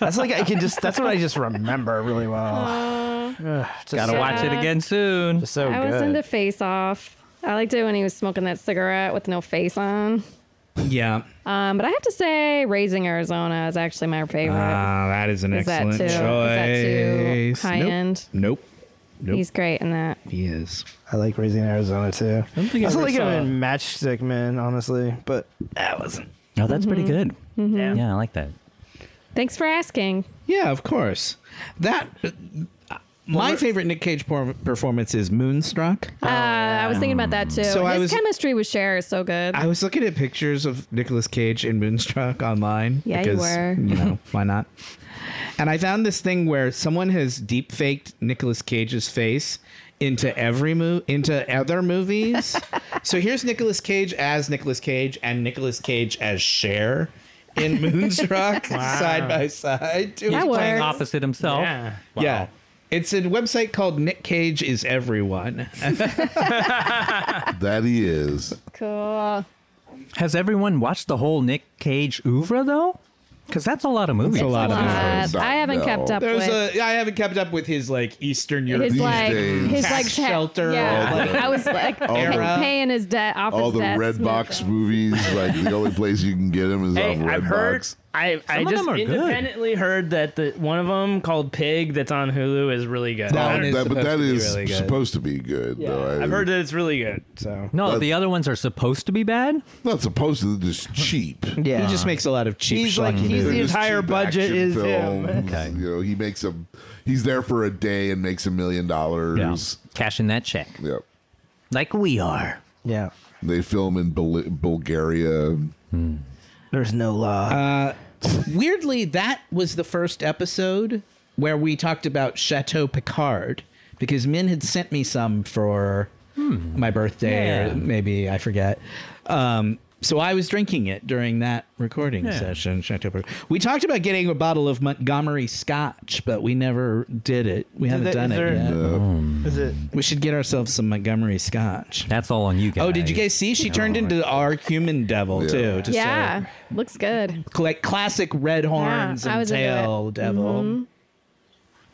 Speaker 8: That's like I can just. That's what I just remember really well.
Speaker 6: Uh,
Speaker 8: Ugh, it's just
Speaker 11: Gotta
Speaker 8: so-
Speaker 11: watch it again soon.
Speaker 8: just so
Speaker 6: I
Speaker 8: good.
Speaker 6: was into Face Off. I liked it when he was smoking that cigarette with no face on.
Speaker 3: yeah.
Speaker 6: Um, but I have to say, Raising Arizona is actually my favorite.
Speaker 3: Ah, that is an
Speaker 6: is that
Speaker 3: excellent
Speaker 6: too?
Speaker 3: choice.
Speaker 6: Is that too high
Speaker 3: nope.
Speaker 6: end?
Speaker 3: Nope. Nope.
Speaker 6: He's great in that.
Speaker 3: He is.
Speaker 8: I like Raising Arizona too. I,
Speaker 4: think I
Speaker 8: also
Speaker 4: ever
Speaker 8: like him
Speaker 4: saw-
Speaker 8: in Matchstick Men, honestly. But that wasn't.
Speaker 11: Oh, that's pretty
Speaker 3: Mm-hmm.
Speaker 11: good. Yeah. I like that.
Speaker 6: Thanks for asking.
Speaker 3: Yeah, of course. That. uh, my favorite Nick Cage por- performance is Moonstruck.
Speaker 6: Uh, I was thinking about that too.
Speaker 3: So I
Speaker 6: His
Speaker 3: was-
Speaker 6: chemistry with Cher is so good.
Speaker 3: I was looking at pictures of Nicolas Cage in Moonstruck online.
Speaker 6: Yeah, you
Speaker 3: because,
Speaker 6: were.
Speaker 3: You know, why not? And I found this thing where someone has deep faked Nicolas Cage's face into every mo- into other movies. so here's Nicolas Cage as Nicolas Cage and Nicolas Cage as Cher in Moonstruck side by side. It
Speaker 6: That
Speaker 3: was-
Speaker 11: Playing
Speaker 6: works.
Speaker 11: opposite himself.
Speaker 4: Yeah.
Speaker 3: Yeah. It's a website called Nick Cage is Everyone.
Speaker 2: That he is.
Speaker 6: Cool.
Speaker 11: Has everyone watched the whole Nick Cage oeuvre though? Because that's a lot of movies.
Speaker 3: It's a lot of movies.
Speaker 6: Uh,
Speaker 2: Not
Speaker 6: I haven't
Speaker 2: now.
Speaker 6: kept up
Speaker 3: There's
Speaker 6: with.
Speaker 3: a. I haven't kept up with his like Eastern European.
Speaker 6: his
Speaker 2: These
Speaker 6: like
Speaker 2: days.
Speaker 6: his
Speaker 3: Tax
Speaker 6: like ta-
Speaker 3: shelter,
Speaker 6: Yeah,
Speaker 2: all the-
Speaker 6: I was like pay-
Speaker 2: the-
Speaker 6: paying his debt off
Speaker 2: All
Speaker 6: his
Speaker 2: the
Speaker 6: debts.
Speaker 2: Red Box movies, like the only place you can get them is
Speaker 7: Hey,
Speaker 2: off Red
Speaker 7: I've heard.
Speaker 2: Box.
Speaker 7: I, I
Speaker 11: of
Speaker 7: just
Speaker 11: them are good.
Speaker 7: independently heard that the one of them called Pig that's on Hulu is really good.
Speaker 3: That
Speaker 2: Now,
Speaker 3: one is
Speaker 2: Oh, that- but
Speaker 3: supposed
Speaker 2: that
Speaker 3: to be
Speaker 2: is
Speaker 3: really good.
Speaker 2: supposed to be good, though. I-
Speaker 7: I've heard that it's really good. So
Speaker 11: No, the other ones are supposed to be bad.
Speaker 2: Not supposed to, they're just cheap.
Speaker 3: He
Speaker 8: Yeah.
Speaker 3: just makes a lot of cheap.
Speaker 7: he's like
Speaker 3: schlunky
Speaker 7: he's
Speaker 2: They're
Speaker 7: the
Speaker 2: just
Speaker 7: entire
Speaker 2: cheap
Speaker 7: budget
Speaker 2: action
Speaker 7: is him.
Speaker 2: films.
Speaker 11: Okay.
Speaker 2: You know, he makes a. He's there for a day and makes a million dollars.
Speaker 11: Cashing that check.
Speaker 2: Yep.
Speaker 11: Like we are.
Speaker 8: yeah.
Speaker 2: They film in Bul- Bulgaria.
Speaker 8: There's no law.
Speaker 3: Weirdly, that was the first episode where we talked about Chateau Picard because Min had sent me some for my birthday
Speaker 11: Yeah.
Speaker 3: or maybe I forget. Um, so I was drinking it during that recording
Speaker 11: Yeah.
Speaker 3: session. Chateau Picard. We talked about getting a bottle of Montgomery Scotch, but we never did it. We haven't
Speaker 7: they-
Speaker 3: done
Speaker 7: is
Speaker 3: it
Speaker 7: there-
Speaker 3: yet.
Speaker 7: Is it?
Speaker 3: We should get ourselves some Montgomery Scotch.
Speaker 11: That's all on you guys.
Speaker 3: Oh, did you guys see? She turned into our human devil
Speaker 2: Yeah.
Speaker 3: too. Just
Speaker 6: Yeah, looks good.
Speaker 3: a- like classic red horns
Speaker 6: Yeah, I
Speaker 3: and
Speaker 6: was into Mm-hmm.
Speaker 3: tail devil.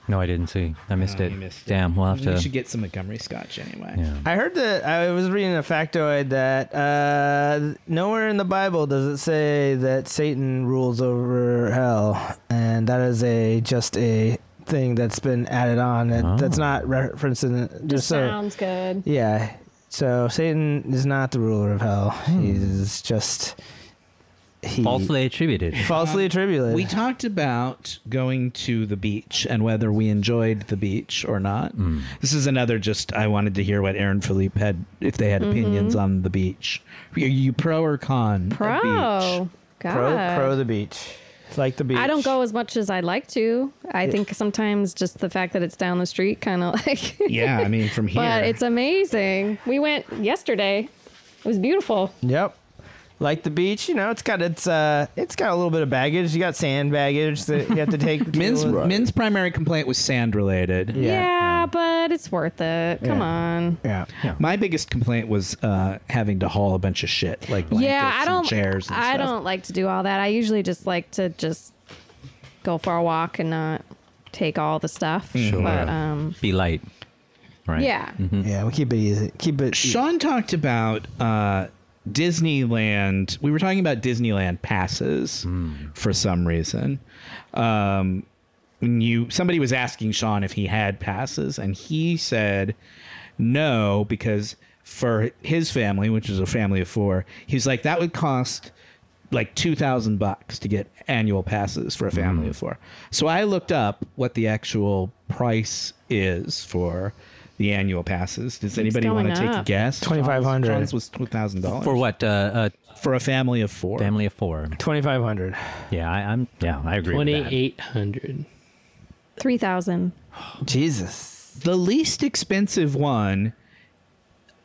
Speaker 11: No, I didn't see. I missed it. Damn, we'll have
Speaker 3: We
Speaker 11: to.
Speaker 3: should get some Montgomery Scotch anyway.
Speaker 11: yeah.
Speaker 8: I heard that I was reading a factoid that uh, nowhere in the Bible does it say that Satan rules over hell, and that is a just a thing that's been added on. It, That's not referenced in it.
Speaker 6: Just
Speaker 8: Just so,
Speaker 6: sounds good.
Speaker 8: yeah. So Satan is not the ruler of hell. He's just he
Speaker 11: Falsely attributed.
Speaker 8: falsely attributed.
Speaker 3: We talked about going to the beach and whether we enjoyed the beach or not.
Speaker 11: Mm.
Speaker 3: This is another just I wanted to hear what Aaron Philippe had if they had
Speaker 6: Mm-hmm.
Speaker 3: opinions on the beach. Are you pro or con? of
Speaker 6: Pro,
Speaker 3: beach?
Speaker 6: God.
Speaker 8: pro pro the beach, like the beach.
Speaker 6: I don't go as much as I'd like to. I think sometimes just the fact that it's down the street kind of like.
Speaker 3: Yeah, I mean from here.
Speaker 6: But it's amazing. We went yesterday. It was beautiful.
Speaker 8: Yep. Like the beach, you know, it's got its uh, it's got a little bit of baggage. You got sand baggage that you have to take. to
Speaker 3: Min's,
Speaker 8: deal with.
Speaker 3: Min's primary complaint was sand related.
Speaker 6: Yeah,
Speaker 8: Yeah.
Speaker 6: but it's worth it. Come
Speaker 8: Yeah.
Speaker 6: on.
Speaker 8: yeah.
Speaker 3: My biggest complaint was uh, having to haul a bunch of shit, like blankets
Speaker 6: Yeah, I don't.
Speaker 3: and chairs. And
Speaker 6: I
Speaker 3: stuff.
Speaker 6: don't like to do all that. I usually just like to just go for a walk and not take all the stuff.
Speaker 11: Sure.
Speaker 6: But um,
Speaker 11: Be light. Right.
Speaker 6: yeah,
Speaker 8: Yeah, we keep it easy. Keep it.
Speaker 3: Sean talked about uh, Disneyland. We were talking about Disneyland passes for some reason. Um, when you somebody was asking Sean if he had passes, and he said no because for his family, which is a family of four, he was like that would cost like two thousand bucks to get annual passes for a family
Speaker 11: Mm.
Speaker 3: of four. So I looked up what the actual price is for the annual passes. Does anybody
Speaker 6: going
Speaker 3: want to take a
Speaker 6: up.
Speaker 3: guess?
Speaker 8: $2,500.
Speaker 3: John's was two thousand dollars
Speaker 11: For
Speaker 3: for
Speaker 11: what? Uh, a
Speaker 3: for a family of four.
Speaker 11: family of four.
Speaker 8: Twenty five hundred.
Speaker 11: Yeah, I, I'm. Yeah, I agree. with that.
Speaker 4: Twenty eight hundred.
Speaker 6: three thousand.
Speaker 8: e-, Jesus.
Speaker 3: The least expensive one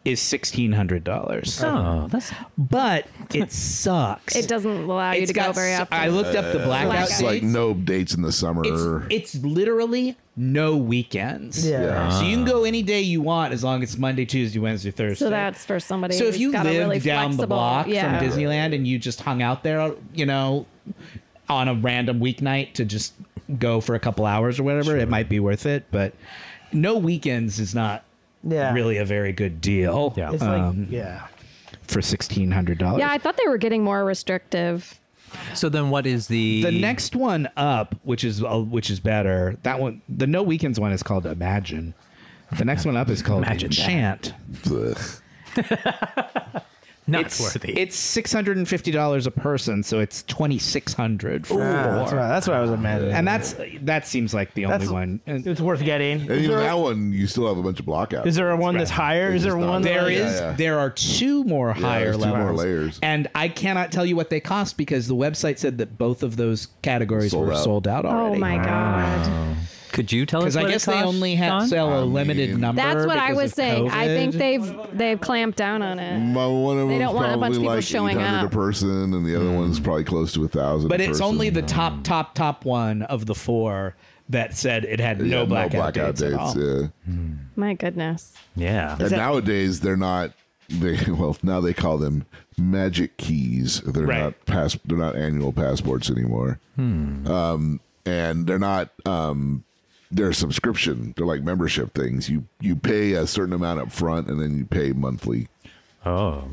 Speaker 3: is sixteen hundred dollars.
Speaker 11: Oh, that's
Speaker 3: but it sucks.
Speaker 6: It doesn't allow you
Speaker 3: It's
Speaker 6: to go
Speaker 3: got
Speaker 6: very
Speaker 3: s-
Speaker 6: often.
Speaker 3: I looked up the blackout
Speaker 6: Blackout.
Speaker 2: It's
Speaker 3: dates.
Speaker 2: like no dates in the
Speaker 3: It's,
Speaker 2: summer.
Speaker 3: it's literally no weekends.
Speaker 8: Yeah. Yeah.
Speaker 3: So you can go any day you want as long as it's Monday, Tuesday, Wednesday, Thursday.
Speaker 6: so that's for somebody.
Speaker 3: so if
Speaker 6: who's
Speaker 3: you
Speaker 6: got a
Speaker 3: lived
Speaker 6: really
Speaker 3: down
Speaker 6: flexible,
Speaker 3: the block
Speaker 6: yeah.
Speaker 3: from Disneyland and you just hung out there, you know, on a random weeknight to just go for a couple hours or whatever, it might be worth it. But no weekends is not
Speaker 8: Yeah.
Speaker 3: really a very good deal um,
Speaker 11: Yeah.
Speaker 8: It's like yeah.
Speaker 3: for sixteen hundred dollars.
Speaker 6: Yeah, I thought they were getting more restrictive.
Speaker 11: so. Then what is the
Speaker 3: The next one up, which is uh, which is better, that one, the no weekends one is called Imagine. The next one up is called
Speaker 11: Imagine that.
Speaker 3: Enchant.
Speaker 2: Ugh.
Speaker 11: Not
Speaker 3: It's
Speaker 11: worthy.
Speaker 3: it's six hundred and fifty dollars a person, so it's twenty six hundred for
Speaker 8: Ah, that's,
Speaker 3: four.
Speaker 8: what, that's what I was imagining.
Speaker 3: And that's that seems like the only
Speaker 8: That's-
Speaker 3: one. And
Speaker 8: it's worth getting.
Speaker 2: And even that one, you still have a bunch of blockouts.
Speaker 8: Is there a one that's higher? Is there
Speaker 2: It's not-
Speaker 8: one?
Speaker 3: there
Speaker 8: that-
Speaker 3: is
Speaker 2: yeah.
Speaker 3: there are two more higher
Speaker 2: there's two
Speaker 3: levels,
Speaker 2: more layers.
Speaker 3: and I cannot tell you what they cost because the website said that both of those categories
Speaker 2: Sold
Speaker 3: were
Speaker 2: out.
Speaker 3: sold out
Speaker 6: Oh
Speaker 3: already.
Speaker 6: my god,
Speaker 11: Could you tell us?
Speaker 3: Because I
Speaker 11: what it
Speaker 3: guess they
Speaker 11: costs,
Speaker 3: only
Speaker 11: Don?
Speaker 3: ha- sell a
Speaker 2: I
Speaker 3: limited
Speaker 2: mean-
Speaker 3: number.
Speaker 6: that's what I
Speaker 3: because
Speaker 6: was
Speaker 3: of
Speaker 6: saying. I think
Speaker 3: COVID.
Speaker 6: they've they've clamped down on it.
Speaker 2: My one of
Speaker 6: They
Speaker 2: them's
Speaker 6: don't want a bunch of
Speaker 2: probably
Speaker 6: people
Speaker 2: like
Speaker 6: showing
Speaker 2: 800 a
Speaker 6: up.
Speaker 2: person, and the other one's probably close to a thousand.
Speaker 3: Mm. But
Speaker 2: a
Speaker 3: it's
Speaker 2: person.
Speaker 3: only the top, top, top one of the four that said it had
Speaker 2: Yeah,
Speaker 3: no blackout, dates, at all.
Speaker 2: yeah.
Speaker 6: My goodness.
Speaker 11: Yeah.
Speaker 2: And nowadays they're not they well now they call them magic keys. They're
Speaker 3: Right.
Speaker 2: not pass. They're not annual passports anymore.
Speaker 3: Hmm.
Speaker 2: Um, and they're not. Um, they're subscription. They're like membership things. You you pay a certain amount up front, and then you pay monthly.
Speaker 11: Oh.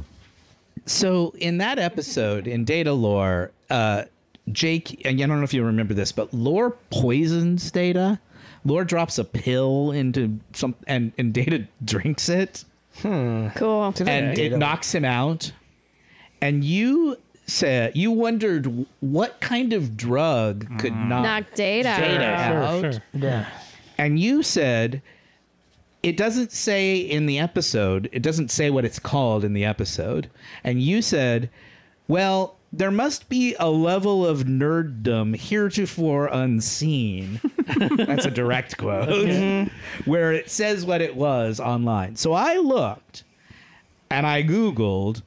Speaker 3: So in that episode in Data Lore, uh, Jake, and I don't know if you remember this, but Lore poisons Data. Lore drops a pill into some, and and Data drinks it,
Speaker 6: Cool.
Speaker 3: and it knocks him out. And you said you wondered what kind of drug could knock,
Speaker 6: Knock data. out.
Speaker 3: out.
Speaker 7: Yeah.
Speaker 3: And you said it doesn't say in the episode, it doesn't say what it's called in the episode. And you said, well, there must be a level of nerddom heretofore unseen. That's a direct quote. Mm-hmm. Where it says what it was online. So I looked and I Googled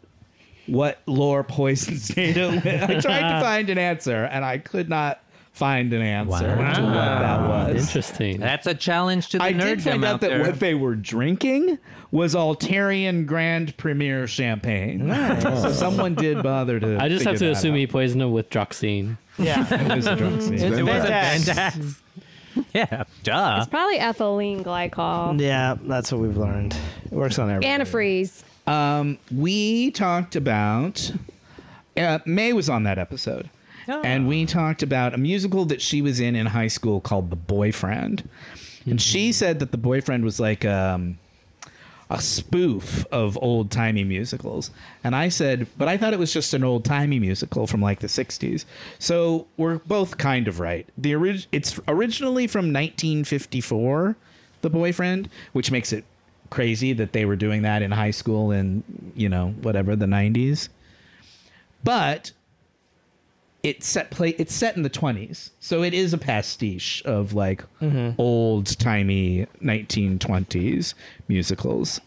Speaker 3: what lore poisons data with. I tried to find an answer and I could not find an answer to what that was.
Speaker 4: Interesting.
Speaker 11: That's a challenge to the
Speaker 3: I
Speaker 11: nerddom
Speaker 3: did find out
Speaker 11: out
Speaker 3: that
Speaker 11: there.
Speaker 3: what they were drinking was Altarian Grand Premier champagne. so someone did bother to.
Speaker 4: I just have to assume he poisoned him with droxine.
Speaker 7: Yeah.
Speaker 3: he.
Speaker 2: Then
Speaker 7: It's fantastic.
Speaker 11: yeah, duh.
Speaker 6: Probably ethylene glycol.
Speaker 8: Yeah, that's what we've learned. It works on everything.
Speaker 6: Antifreeze.
Speaker 3: Um, we talked about uh, May was on that episode, and we talked about a musical that she was in in high school called The Boyfriend, and she said that The Boyfriend was like um, a spoof of old timey musicals, and I said, but I thought it was just an old timey musical from like the '60s. So we're both kind of right. The orig- it's originally from 1954, The Boyfriend, which makes it crazy that they were doing that in high school in you know whatever the 90s but it's set play it's set in the 20s so it is a pastiche of like old timey 1920s musicals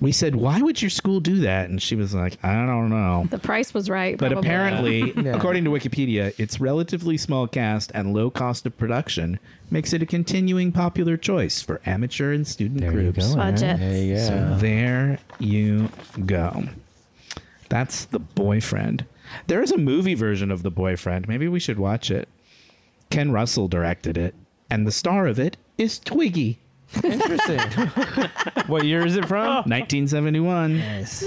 Speaker 3: we said why would your school do that and she was like i don't know
Speaker 6: The price was right.
Speaker 3: but
Speaker 6: probably.
Speaker 3: apparently according to wikipedia its relatively small cast and low cost of production makes it a continuing popular choice for amateur and student groups
Speaker 6: budget.
Speaker 3: so there you go. That's the boyfriend. There is a movie version of the boyfriend. Maybe we should watch it. Ken Russell directed it, and the star of it is Twiggy,
Speaker 7: What year is it from? Oh.
Speaker 3: 1971.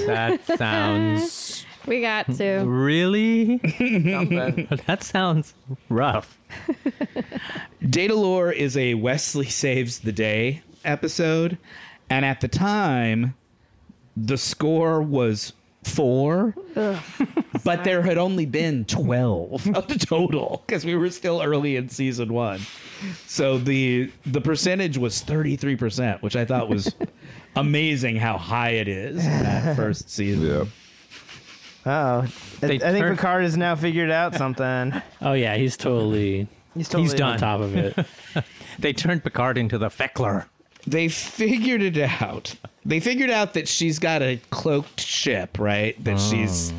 Speaker 11: That sounds
Speaker 6: We got to.
Speaker 11: really. that sounds rough.
Speaker 3: Data Lore is a Wesley Saves the Day episode. And at the time, the score was four, but there had only been 12 of the total because we were still early in season one. So the the percentage was 33%, which I thought was amazing how high it is in that first season.
Speaker 2: Yeah.
Speaker 8: Oh, I, I think
Speaker 11: turned-
Speaker 8: Picard has now figured out something.
Speaker 4: Oh yeah, he's totally
Speaker 8: He's totally
Speaker 11: He's done.
Speaker 4: on top of it.
Speaker 11: They turned Picard into the Feckler.
Speaker 3: they figured it out. They figured out that she's got a cloaked ship, right? That she's
Speaker 8: Oh.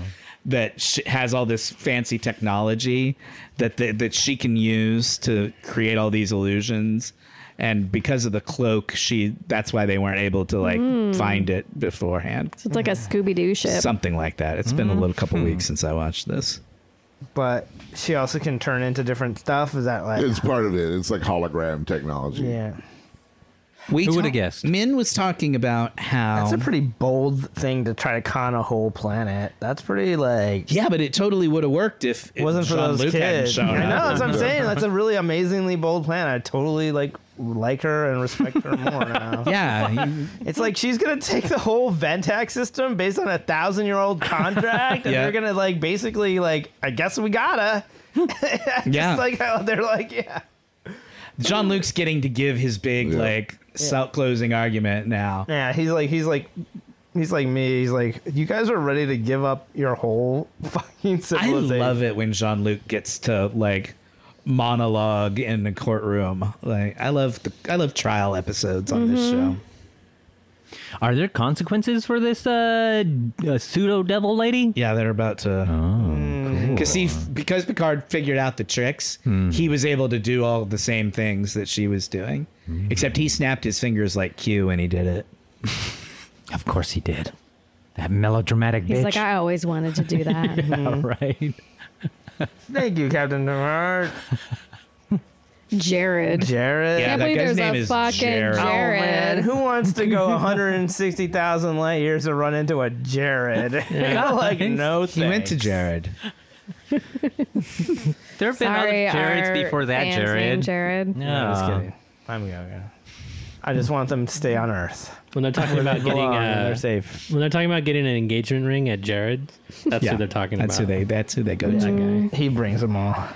Speaker 3: that sh has all this fancy technology that the, that she can use to create all these illusions. And because of the cloak, she that's why they weren't able to like
Speaker 8: Hmm.
Speaker 3: find it beforehand.
Speaker 6: So it's like a Scooby Doo ship.
Speaker 3: Something like that. It's been a little couple
Speaker 8: Hmm.
Speaker 3: weeks since I watched this.
Speaker 8: But she also can turn into different stuff. Is that like?
Speaker 2: It's part of it. It's like hologram technology.
Speaker 8: yeah.
Speaker 3: We
Speaker 11: Who would've
Speaker 3: talk-
Speaker 11: guessed?
Speaker 3: Min was talking about how
Speaker 8: That's a pretty bold thing to try to con a whole planet. That's pretty like.
Speaker 3: yeah, but it totally would have worked if it
Speaker 8: wasn't for those
Speaker 3: hadn't
Speaker 8: kids.
Speaker 3: shown
Speaker 8: I know
Speaker 3: up.
Speaker 8: that's what I'm saying. That's a really amazingly bold plan. I totally like like her and respect her more now.
Speaker 3: Yeah, you-
Speaker 8: It's like she's gonna take the whole Ventac system based on a thousand year old contract, and
Speaker 3: Yeah.
Speaker 8: they're gonna like basically like I guess we gotta.
Speaker 3: yeah.
Speaker 8: It's like how they're like yeah.
Speaker 3: John Luke's getting to give his big
Speaker 2: Yeah.
Speaker 3: like sell- closing argument now.
Speaker 8: Yeah, he's like he's like he's like me. He's like you guys are ready to give up your whole fucking
Speaker 3: I
Speaker 8: civilization.
Speaker 3: love it when Jean Luc gets to like monologue in the courtroom. Like I love the I love trial episodes on this show.
Speaker 11: Are there consequences for this uh, uh, pseudo devil lady?
Speaker 3: Yeah, they're about
Speaker 4: Oh,
Speaker 3: to because he because Picard figured out the tricks,
Speaker 4: Mm-hmm.
Speaker 3: he was able to do all the same things that she was doing,
Speaker 4: Mm-hmm.
Speaker 3: except he snapped his fingers like Q and he did it.
Speaker 11: Of course he did. That melodramatic
Speaker 6: He's
Speaker 11: bitch.
Speaker 6: like, I always wanted to do that.
Speaker 11: All right.
Speaker 8: Thank you, Captain Denard.
Speaker 6: Jared.
Speaker 8: Jared.
Speaker 3: Yeah,
Speaker 6: Can't
Speaker 3: that
Speaker 6: believe
Speaker 3: guy's
Speaker 6: there's
Speaker 3: name
Speaker 6: a
Speaker 3: is
Speaker 6: fucking
Speaker 3: Jared. Oh,
Speaker 6: Jared.
Speaker 8: Oh man, who wants to go 160,000 light years to run into a Jared? I like no
Speaker 3: He
Speaker 8: thanks.
Speaker 3: went to Jared.
Speaker 11: There have been
Speaker 6: Sorry,
Speaker 11: other Jareds
Speaker 6: our
Speaker 11: before that,
Speaker 6: fans named
Speaker 11: Jared.
Speaker 6: Jared.
Speaker 11: No,
Speaker 8: I'm
Speaker 3: Oh.
Speaker 8: just kidding. I'm going. I just want them to stay on Earth.
Speaker 4: When they're talking about getting,
Speaker 8: Belong, and they're
Speaker 4: uh,
Speaker 8: safe.
Speaker 4: when they're talking about getting an engagement ring at Jared's, that's
Speaker 3: Yeah,
Speaker 4: who they're talking
Speaker 3: That's who
Speaker 4: about. Mm-hmm.
Speaker 3: they. That's who they go to.
Speaker 8: He brings them all.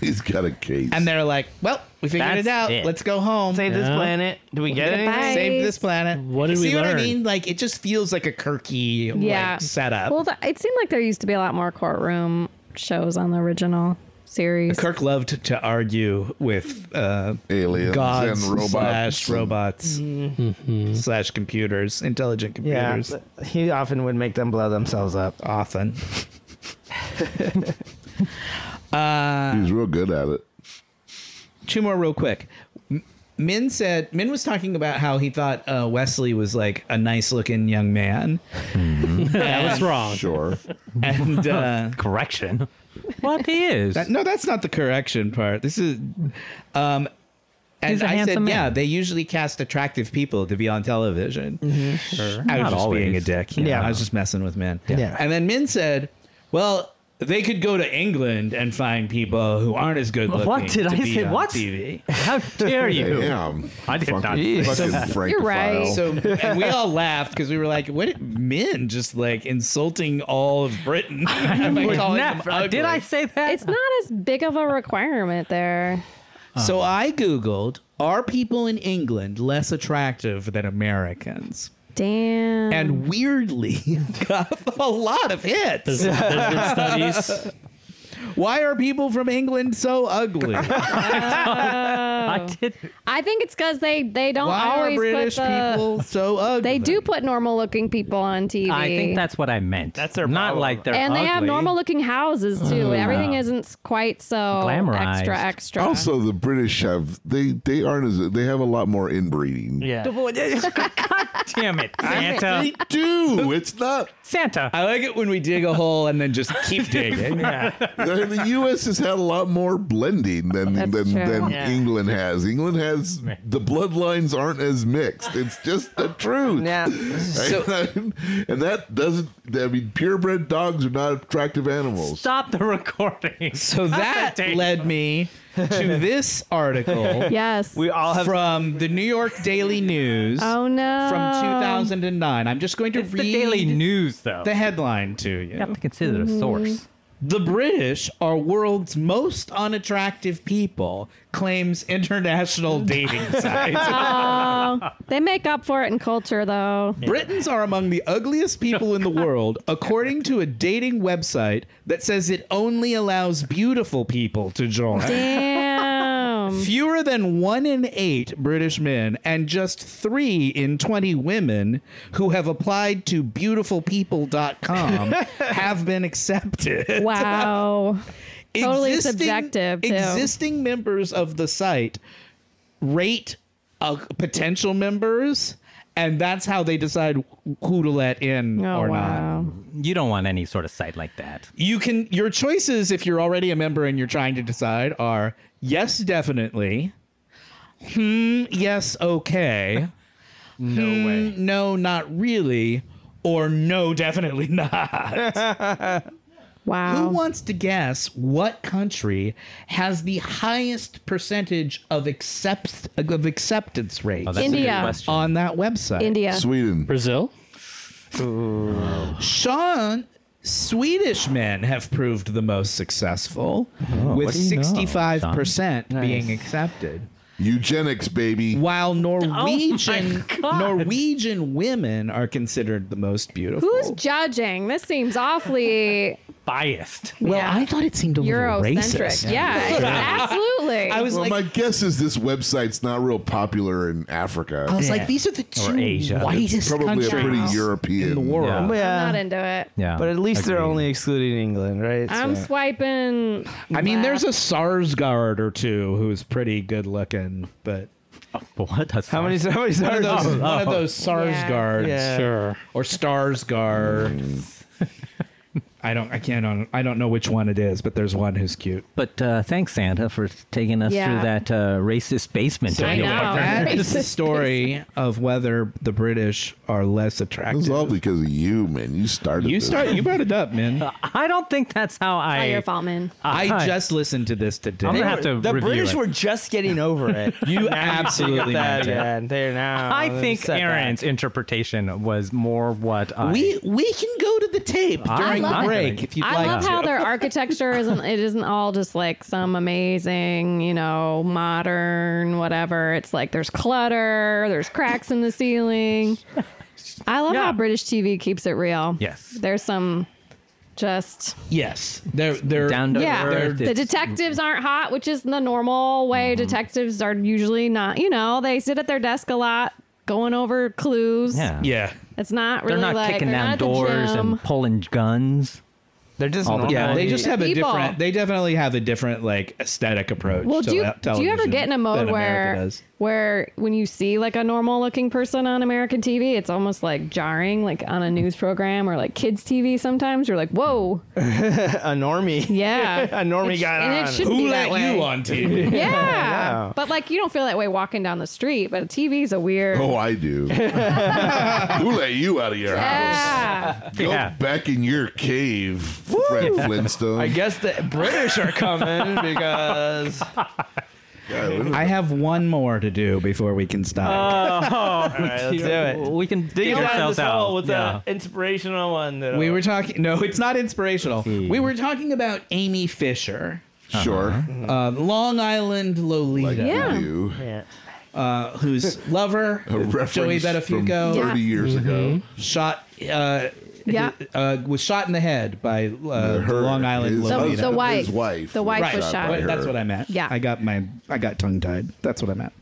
Speaker 2: He's got a case.
Speaker 3: And they're like, "Well, we figured
Speaker 8: That's
Speaker 3: it out.
Speaker 8: it.
Speaker 3: Let's go home.
Speaker 8: Save this
Speaker 4: Yeah.
Speaker 8: planet. Do we get
Speaker 6: Goodbye.
Speaker 8: it?
Speaker 3: Save this planet."
Speaker 4: What did
Speaker 3: See
Speaker 4: we
Speaker 3: what I
Speaker 4: learn?
Speaker 3: mean? Like, it just feels like a Kirky
Speaker 6: Yeah.
Speaker 3: like, setup.
Speaker 6: Well, th- it seemed like there used to be a lot more courtroom shows on the original series.
Speaker 3: Kirk loved to argue with uh,
Speaker 2: Aliens
Speaker 3: gods
Speaker 2: and robots.
Speaker 3: slash robots slash computers, intelligent
Speaker 8: Yeah.
Speaker 3: computers.
Speaker 8: He often would make them blow themselves up.
Speaker 3: Often,
Speaker 2: He's real good at it.
Speaker 3: two more real quick. M- Min said Min was talking about how he thought uh, Wesley was like a nice looking young man,
Speaker 4: that was wrong.
Speaker 2: Sure.
Speaker 3: and uh,
Speaker 11: correction. What he is?
Speaker 3: That- Uh, no, that's not the correction part. This is, um, and
Speaker 11: He's a
Speaker 3: I said,
Speaker 11: handsome man.
Speaker 3: yeah, they usually cast attractive people to be on television.
Speaker 5: Mm-hmm.
Speaker 3: I was
Speaker 11: Not
Speaker 3: just
Speaker 11: always.
Speaker 3: being a dick. yeah, I was just messing with Min.
Speaker 8: Yeah.
Speaker 3: And then Min said, well. They could go to England and find people who aren't as good looking.
Speaker 5: What did
Speaker 3: to
Speaker 5: I
Speaker 3: be
Speaker 5: say?
Speaker 3: on
Speaker 5: What?
Speaker 3: TV.
Speaker 5: How dare you?
Speaker 2: Damn.
Speaker 11: I did
Speaker 2: fucking,
Speaker 11: not-
Speaker 2: Fucking Frank.
Speaker 6: You're right.
Speaker 3: So and we all laughed because we were like, "What? Min just like insulting all of Britain by
Speaker 8: Oh,
Speaker 3: calling them
Speaker 11: uh,
Speaker 5: Never. Did I
Speaker 3: ugly."
Speaker 5: say that?
Speaker 6: It's not as big of a requirement there.
Speaker 3: So I Googled, are people in England less attractive than Americans?
Speaker 6: Damn.
Speaker 3: And weirdly, got a lot of
Speaker 4: There's,
Speaker 3: hits.
Speaker 4: there's been studies.
Speaker 3: Why are people from England so ugly?
Speaker 6: Oh,
Speaker 5: I did.
Speaker 6: I think it's because they they don't
Speaker 3: Why are
Speaker 6: always
Speaker 3: British
Speaker 6: put the,
Speaker 3: people so ugly?
Speaker 6: They do put normal looking people on TV.
Speaker 11: I think that's what I meant.
Speaker 8: That's their
Speaker 11: Not
Speaker 8: problem.
Speaker 11: like they're
Speaker 6: And they have
Speaker 11: ugly.
Speaker 6: normal looking houses too. Everything isn't quite so
Speaker 11: Glamorized.
Speaker 6: extra extra.
Speaker 3: Oh,
Speaker 2: Also, the British have they they aren't as they have a lot more inbreeding.
Speaker 8: Yeah.
Speaker 11: Damn it.
Speaker 8: Santa.
Speaker 2: They do. It's not.
Speaker 5: Santa.
Speaker 3: I like it when we dig a hole and then just keep digging.
Speaker 2: The U.S. has had a lot more blending than
Speaker 6: That's
Speaker 2: than,
Speaker 6: true.
Speaker 2: than
Speaker 8: Yeah.
Speaker 2: England has. England has the bloodlines aren't as mixed. It's just the truth.
Speaker 8: Yeah.
Speaker 2: and that doesn't. I mean, purebred dogs are not attractive animals.
Speaker 11: Stop the recording.
Speaker 3: So that led me to this article
Speaker 6: yes.
Speaker 8: We all have.
Speaker 3: from the New York Daily News
Speaker 6: oh no.
Speaker 3: from 2009. I'm just going to
Speaker 11: It's
Speaker 3: read
Speaker 11: the Daily News, though.
Speaker 3: the headline to you.
Speaker 11: you have to consider the source.
Speaker 3: The British are world's most unattractive people, claims international dating site.
Speaker 6: They make up for it in culture though.
Speaker 3: Britons are among the ugliest people in the world, according to a dating website that says it only allows beautiful people to join.
Speaker 6: Damn.
Speaker 3: Fewer than one in eight British men and just three in 20 women who have applied to beautifulpeople.com have been accepted.
Speaker 6: wow. Totally subjective, too.
Speaker 3: Existing members of the site rate uh, potential members, and that's how they decide who to let in
Speaker 6: Oh
Speaker 3: or not.
Speaker 6: wow.
Speaker 11: You don't want any sort of site like that.
Speaker 3: You can your choices if you're already a member and you're trying to decide are yes, definitely. Hmm, yes, okay. Hmm,
Speaker 11: No way.
Speaker 3: No, not really. Or no, definitely not. Who
Speaker 11: Oh.
Speaker 6: Wow.
Speaker 3: wants to guess what country has the highest percentage of accept of acceptance rate
Speaker 11: Oh, that's
Speaker 6: India.
Speaker 11: a good question.
Speaker 3: on that website?
Speaker 6: India.
Speaker 2: Sweden.
Speaker 4: Brazil?
Speaker 3: Sean Swedish men have proved the most successful, with
Speaker 11: Oh, what do you know, Sean?
Speaker 3: 65% being accepted.
Speaker 2: Eugenics, baby.
Speaker 3: While Norwegian
Speaker 11: Oh,
Speaker 3: Norwegian women are considered the most beautiful.
Speaker 6: Who's judging? This seems awfully
Speaker 11: Biased.
Speaker 3: well,
Speaker 6: yeah.
Speaker 3: I thought it seemed a little
Speaker 6: Eurocentric.
Speaker 3: racist.
Speaker 6: Yeah, absolutely.
Speaker 3: I was
Speaker 2: Well,
Speaker 3: like,
Speaker 2: my guess is this website's not real popular in Africa.
Speaker 3: I was like, these are the two
Speaker 11: Asia. It's
Speaker 3: whitest
Speaker 2: Probably a
Speaker 3: countries
Speaker 2: pretty European
Speaker 3: in the world.
Speaker 11: Yeah.
Speaker 3: uh,
Speaker 8: yeah.
Speaker 6: I'm not into it.
Speaker 11: Yeah.
Speaker 8: but at least they're
Speaker 11: agreed.
Speaker 8: only excluding England, right?
Speaker 6: I'm
Speaker 8: So-
Speaker 6: swiping.
Speaker 3: I mean, there's a SARS guard or two who's pretty good looking, but
Speaker 11: What? That's
Speaker 8: How many? How many
Speaker 3: One of
Speaker 11: Oh,
Speaker 8: stars?
Speaker 3: those, one of those SARS
Speaker 6: Yeah.
Speaker 3: guards,
Speaker 8: Yeah.
Speaker 4: Sure.
Speaker 3: or STARS guards. I don't. I can't. I don't know which one it is, but there's one who's cute.
Speaker 11: But uh, thanks, Santa, for taking us
Speaker 6: Yeah.
Speaker 11: through that uh, racist basement.
Speaker 6: I
Speaker 11: of yours.
Speaker 6: know.
Speaker 3: That is the
Speaker 6: Racist.
Speaker 3: story of whether the British are less
Speaker 2: It was all
Speaker 3: attractive.
Speaker 2: because of you, man. You started.
Speaker 3: You
Speaker 2: this.
Speaker 3: start. You brought it up, man.
Speaker 11: Uh,
Speaker 5: I don't think that's how I.
Speaker 6: Not your fault, man.
Speaker 3: I just listened to this today.
Speaker 11: I'm gonna have to
Speaker 8: The
Speaker 11: review
Speaker 8: British
Speaker 11: it.
Speaker 8: were just getting over it.
Speaker 3: you absolutely meant
Speaker 8: that,
Speaker 3: it.
Speaker 8: yeah, they're now.
Speaker 6: Oh,
Speaker 11: I think
Speaker 8: setback.
Speaker 11: Aaron's interpretation was more what I.
Speaker 3: We we can go to the tape
Speaker 11: I
Speaker 3: during
Speaker 11: love
Speaker 3: the
Speaker 11: it.
Speaker 3: break if you'd
Speaker 6: I
Speaker 3: like
Speaker 6: love
Speaker 3: to.
Speaker 6: how their architecture isn't it isn't all just like some amazing, you know, modern whatever. It's like there's clutter, there's cracks in the ceiling. I love how British TV keeps it real.
Speaker 11: Yes.
Speaker 6: There's some just
Speaker 3: yes, they're they're
Speaker 11: down to
Speaker 6: yeah,
Speaker 11: earth.
Speaker 6: the
Speaker 11: it's-
Speaker 6: detectives aren't hot, which is the normal way
Speaker 11: Mm-hmm.
Speaker 6: detectives are usually not, you know, they sit at their desk a lot going over clues.
Speaker 11: yeah.
Speaker 3: yeah.
Speaker 6: It's not
Speaker 11: They're
Speaker 6: really
Speaker 11: not
Speaker 6: like
Speaker 11: kicking
Speaker 6: they're
Speaker 11: down
Speaker 6: not at the
Speaker 11: doors
Speaker 6: gym.
Speaker 11: and pulling guns.
Speaker 8: They're just
Speaker 11: All the
Speaker 8: normal.
Speaker 3: Yeah, they just have a
Speaker 6: People.
Speaker 3: different. They definitely have a different like aesthetic approach.
Speaker 6: Well,
Speaker 3: to
Speaker 6: do you,
Speaker 3: le-
Speaker 6: do you ever
Speaker 3: television
Speaker 6: get in a
Speaker 3: than
Speaker 6: mode
Speaker 3: America
Speaker 6: where
Speaker 3: does.
Speaker 6: where when you see like a normal looking person on American TV, it's almost like jarring, like on a news program or like kids TV. Sometimes you're like, whoa,
Speaker 8: a normie.
Speaker 6: yeah,
Speaker 8: A normie
Speaker 6: It sh-
Speaker 8: got
Speaker 6: and
Speaker 8: on.
Speaker 6: it shouldn't
Speaker 3: who
Speaker 6: be that
Speaker 3: let
Speaker 6: way.
Speaker 3: you on TV?
Speaker 6: Yeah, but like you don't feel that way walking down the street. But TV's a weird.
Speaker 2: Oh, I do. Who let you out of your house?
Speaker 6: yeah,
Speaker 2: Go back in your cave, Fred Flintstone.
Speaker 8: I guess the British are coming because
Speaker 2: God, when was
Speaker 3: I have one more to do before we can stop.
Speaker 8: all right, let's do it.
Speaker 11: We can dig
Speaker 8: Dig us out of
Speaker 11: ourselves
Speaker 8: this hole
Speaker 11: out.
Speaker 8: with
Speaker 11: yeah.
Speaker 8: the inspirational one. That
Speaker 3: we were talking. No, it's not inspirational. We were talking about Amy Fisher,
Speaker 2: it? sure.
Speaker 3: uh, Long Island Lolita,
Speaker 6: Yeah.
Speaker 2: You.
Speaker 3: uh, whose lover
Speaker 2: A reference
Speaker 3: Joey Benefico
Speaker 2: from 30 years ago.
Speaker 3: Mm-hmm. shot. Uh,
Speaker 6: yeah.
Speaker 3: uh, was shot in the head by uh,
Speaker 2: Her,
Speaker 3: Long Island
Speaker 2: his
Speaker 3: Lolita.
Speaker 6: husband The wife.
Speaker 2: His wife.
Speaker 6: The wife
Speaker 2: was
Speaker 6: was shot.
Speaker 2: by her.
Speaker 3: That's what I meant.
Speaker 6: Yeah.
Speaker 3: I got my I got tongue tied. That's what I meant.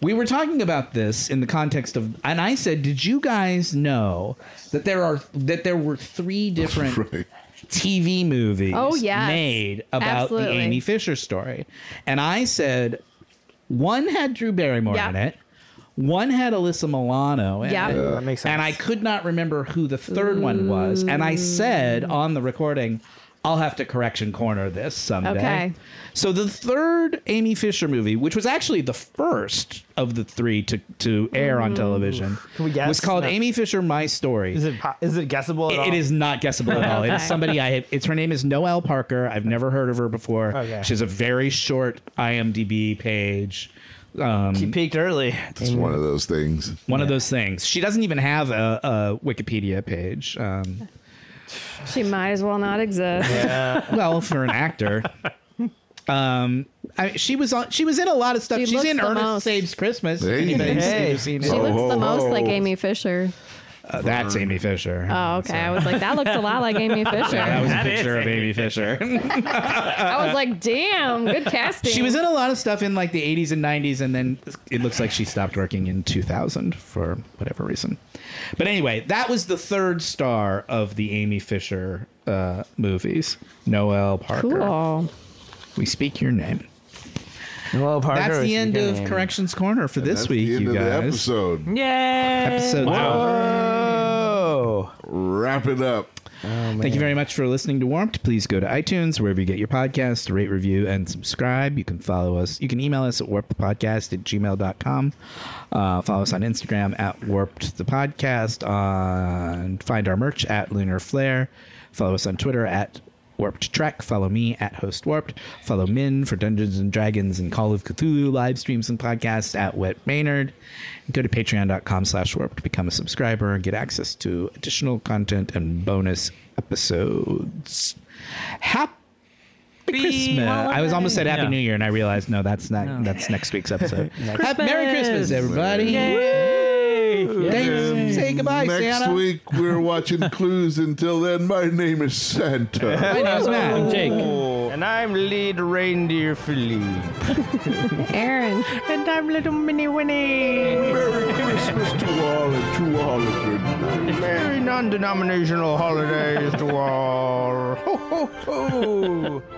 Speaker 3: We were talking about this in the context of and I said, "Did you guys know that there are that there were three different
Speaker 2: Right.
Speaker 3: TV movies
Speaker 6: Oh, yes.
Speaker 3: made about
Speaker 6: Absolutely.
Speaker 3: the Amy Fisher story?" And I said one had Drew Barrymore
Speaker 6: Yeah.
Speaker 3: in it. One had Alyssa Milano in
Speaker 6: Yeah.
Speaker 3: it.
Speaker 6: Yeah,
Speaker 8: that makes
Speaker 3: And I
Speaker 8: sense.
Speaker 3: could not remember who the third one was. And I said
Speaker 6: Mm.
Speaker 3: on the recording, I'll have to correction corner this someday.
Speaker 6: Okay.
Speaker 3: So the third Amy Fisher movie, which was actually the first of the three to, to air
Speaker 6: Mm.
Speaker 3: on television,
Speaker 8: Can we guess?
Speaker 3: was called
Speaker 8: No.
Speaker 3: Amy Fisher My Story.
Speaker 8: is it po- is it guessable? At
Speaker 3: It-
Speaker 8: all?
Speaker 3: it is not guessable at all. It is
Speaker 6: Okay.
Speaker 3: somebody I. It's her name is Noelle Parker. I've never heard of her before.
Speaker 8: Okay.
Speaker 3: She has a very short IMDb page. Um,
Speaker 8: He peaked early.
Speaker 2: It's one of those things.
Speaker 3: one of those things. She doesn't even have a, a Wikipedia page. Um,
Speaker 6: she might as well not exist.
Speaker 3: well, for an actor. Um, I, she was on. She was in a lot of stuff.
Speaker 6: She
Speaker 3: She's
Speaker 6: looks
Speaker 3: in
Speaker 6: the
Speaker 3: Ernest
Speaker 6: most.
Speaker 3: Saves Christmas.
Speaker 2: Hey.
Speaker 3: Anybody who's
Speaker 8: Hey.
Speaker 3: seen
Speaker 6: She
Speaker 3: it?
Speaker 2: Oh,
Speaker 6: looks
Speaker 2: oh,
Speaker 6: the most
Speaker 2: oh.
Speaker 6: like Amy Fisher.
Speaker 3: Uh, that's Amy Fisher.
Speaker 6: Oh, okay. I was like, that looks a lot like Amy
Speaker 3: that
Speaker 6: Fisher.
Speaker 3: was a picture of Amy Fisher.
Speaker 6: I was like, damn, good casting.
Speaker 3: she was in a lot of stuff in like the 80s and 90s, and then it looks like she stopped working in 2000 for whatever reason. But anyway, that was the third star of the Amy Fisher uh, movies. Noel Parker.
Speaker 6: cool.
Speaker 3: We speak your name.
Speaker 8: Well, Parker.
Speaker 3: That's the
Speaker 8: is
Speaker 3: end
Speaker 8: beginning.
Speaker 3: of Corrections Corner for
Speaker 2: That's
Speaker 3: this
Speaker 2: the
Speaker 3: week,
Speaker 2: end
Speaker 3: you
Speaker 2: of the
Speaker 3: guys.
Speaker 2: episode.
Speaker 3: Episode
Speaker 8: Oh,
Speaker 2: Wrap it up.
Speaker 3: Thank you very much for listening to Warped. Please go to iTunes, wherever you get your podcast, rate, review, and subscribe. You can follow us. You can email us at warpedpodcast at gmail.com. Uh, follow us on Instagram at warped the podcast. On find our merch at lunar flare. Follow us on Twitter at warped trek. Follow me at host warped. Follow Min for Dungeons and Dragons and Call of Cthulhu live streams and podcasts at Wet Maynard. And go to patreon.com slash warped to become a subscriber and get access to additional content and bonus episodes. Happy Christmas. I was almost said Happy
Speaker 11: Yeah.
Speaker 3: New Year and I realized no, that's not that's next week's episode. Happy, Merry Christmas, everybody. Woo! Thanks. Say goodbye,
Speaker 2: Next
Speaker 3: Santa.
Speaker 2: week, we're watching Clues. Until then, my name is Santa.
Speaker 3: My name's Matt.
Speaker 4: Jake.
Speaker 8: and I'm lead reindeer Philippe.
Speaker 6: Aaron.
Speaker 5: And I'm little mini Winnie.
Speaker 2: Merry Christmas to all and to all a good night.
Speaker 8: Merry non-denominational holidays to all. Ho ho ho.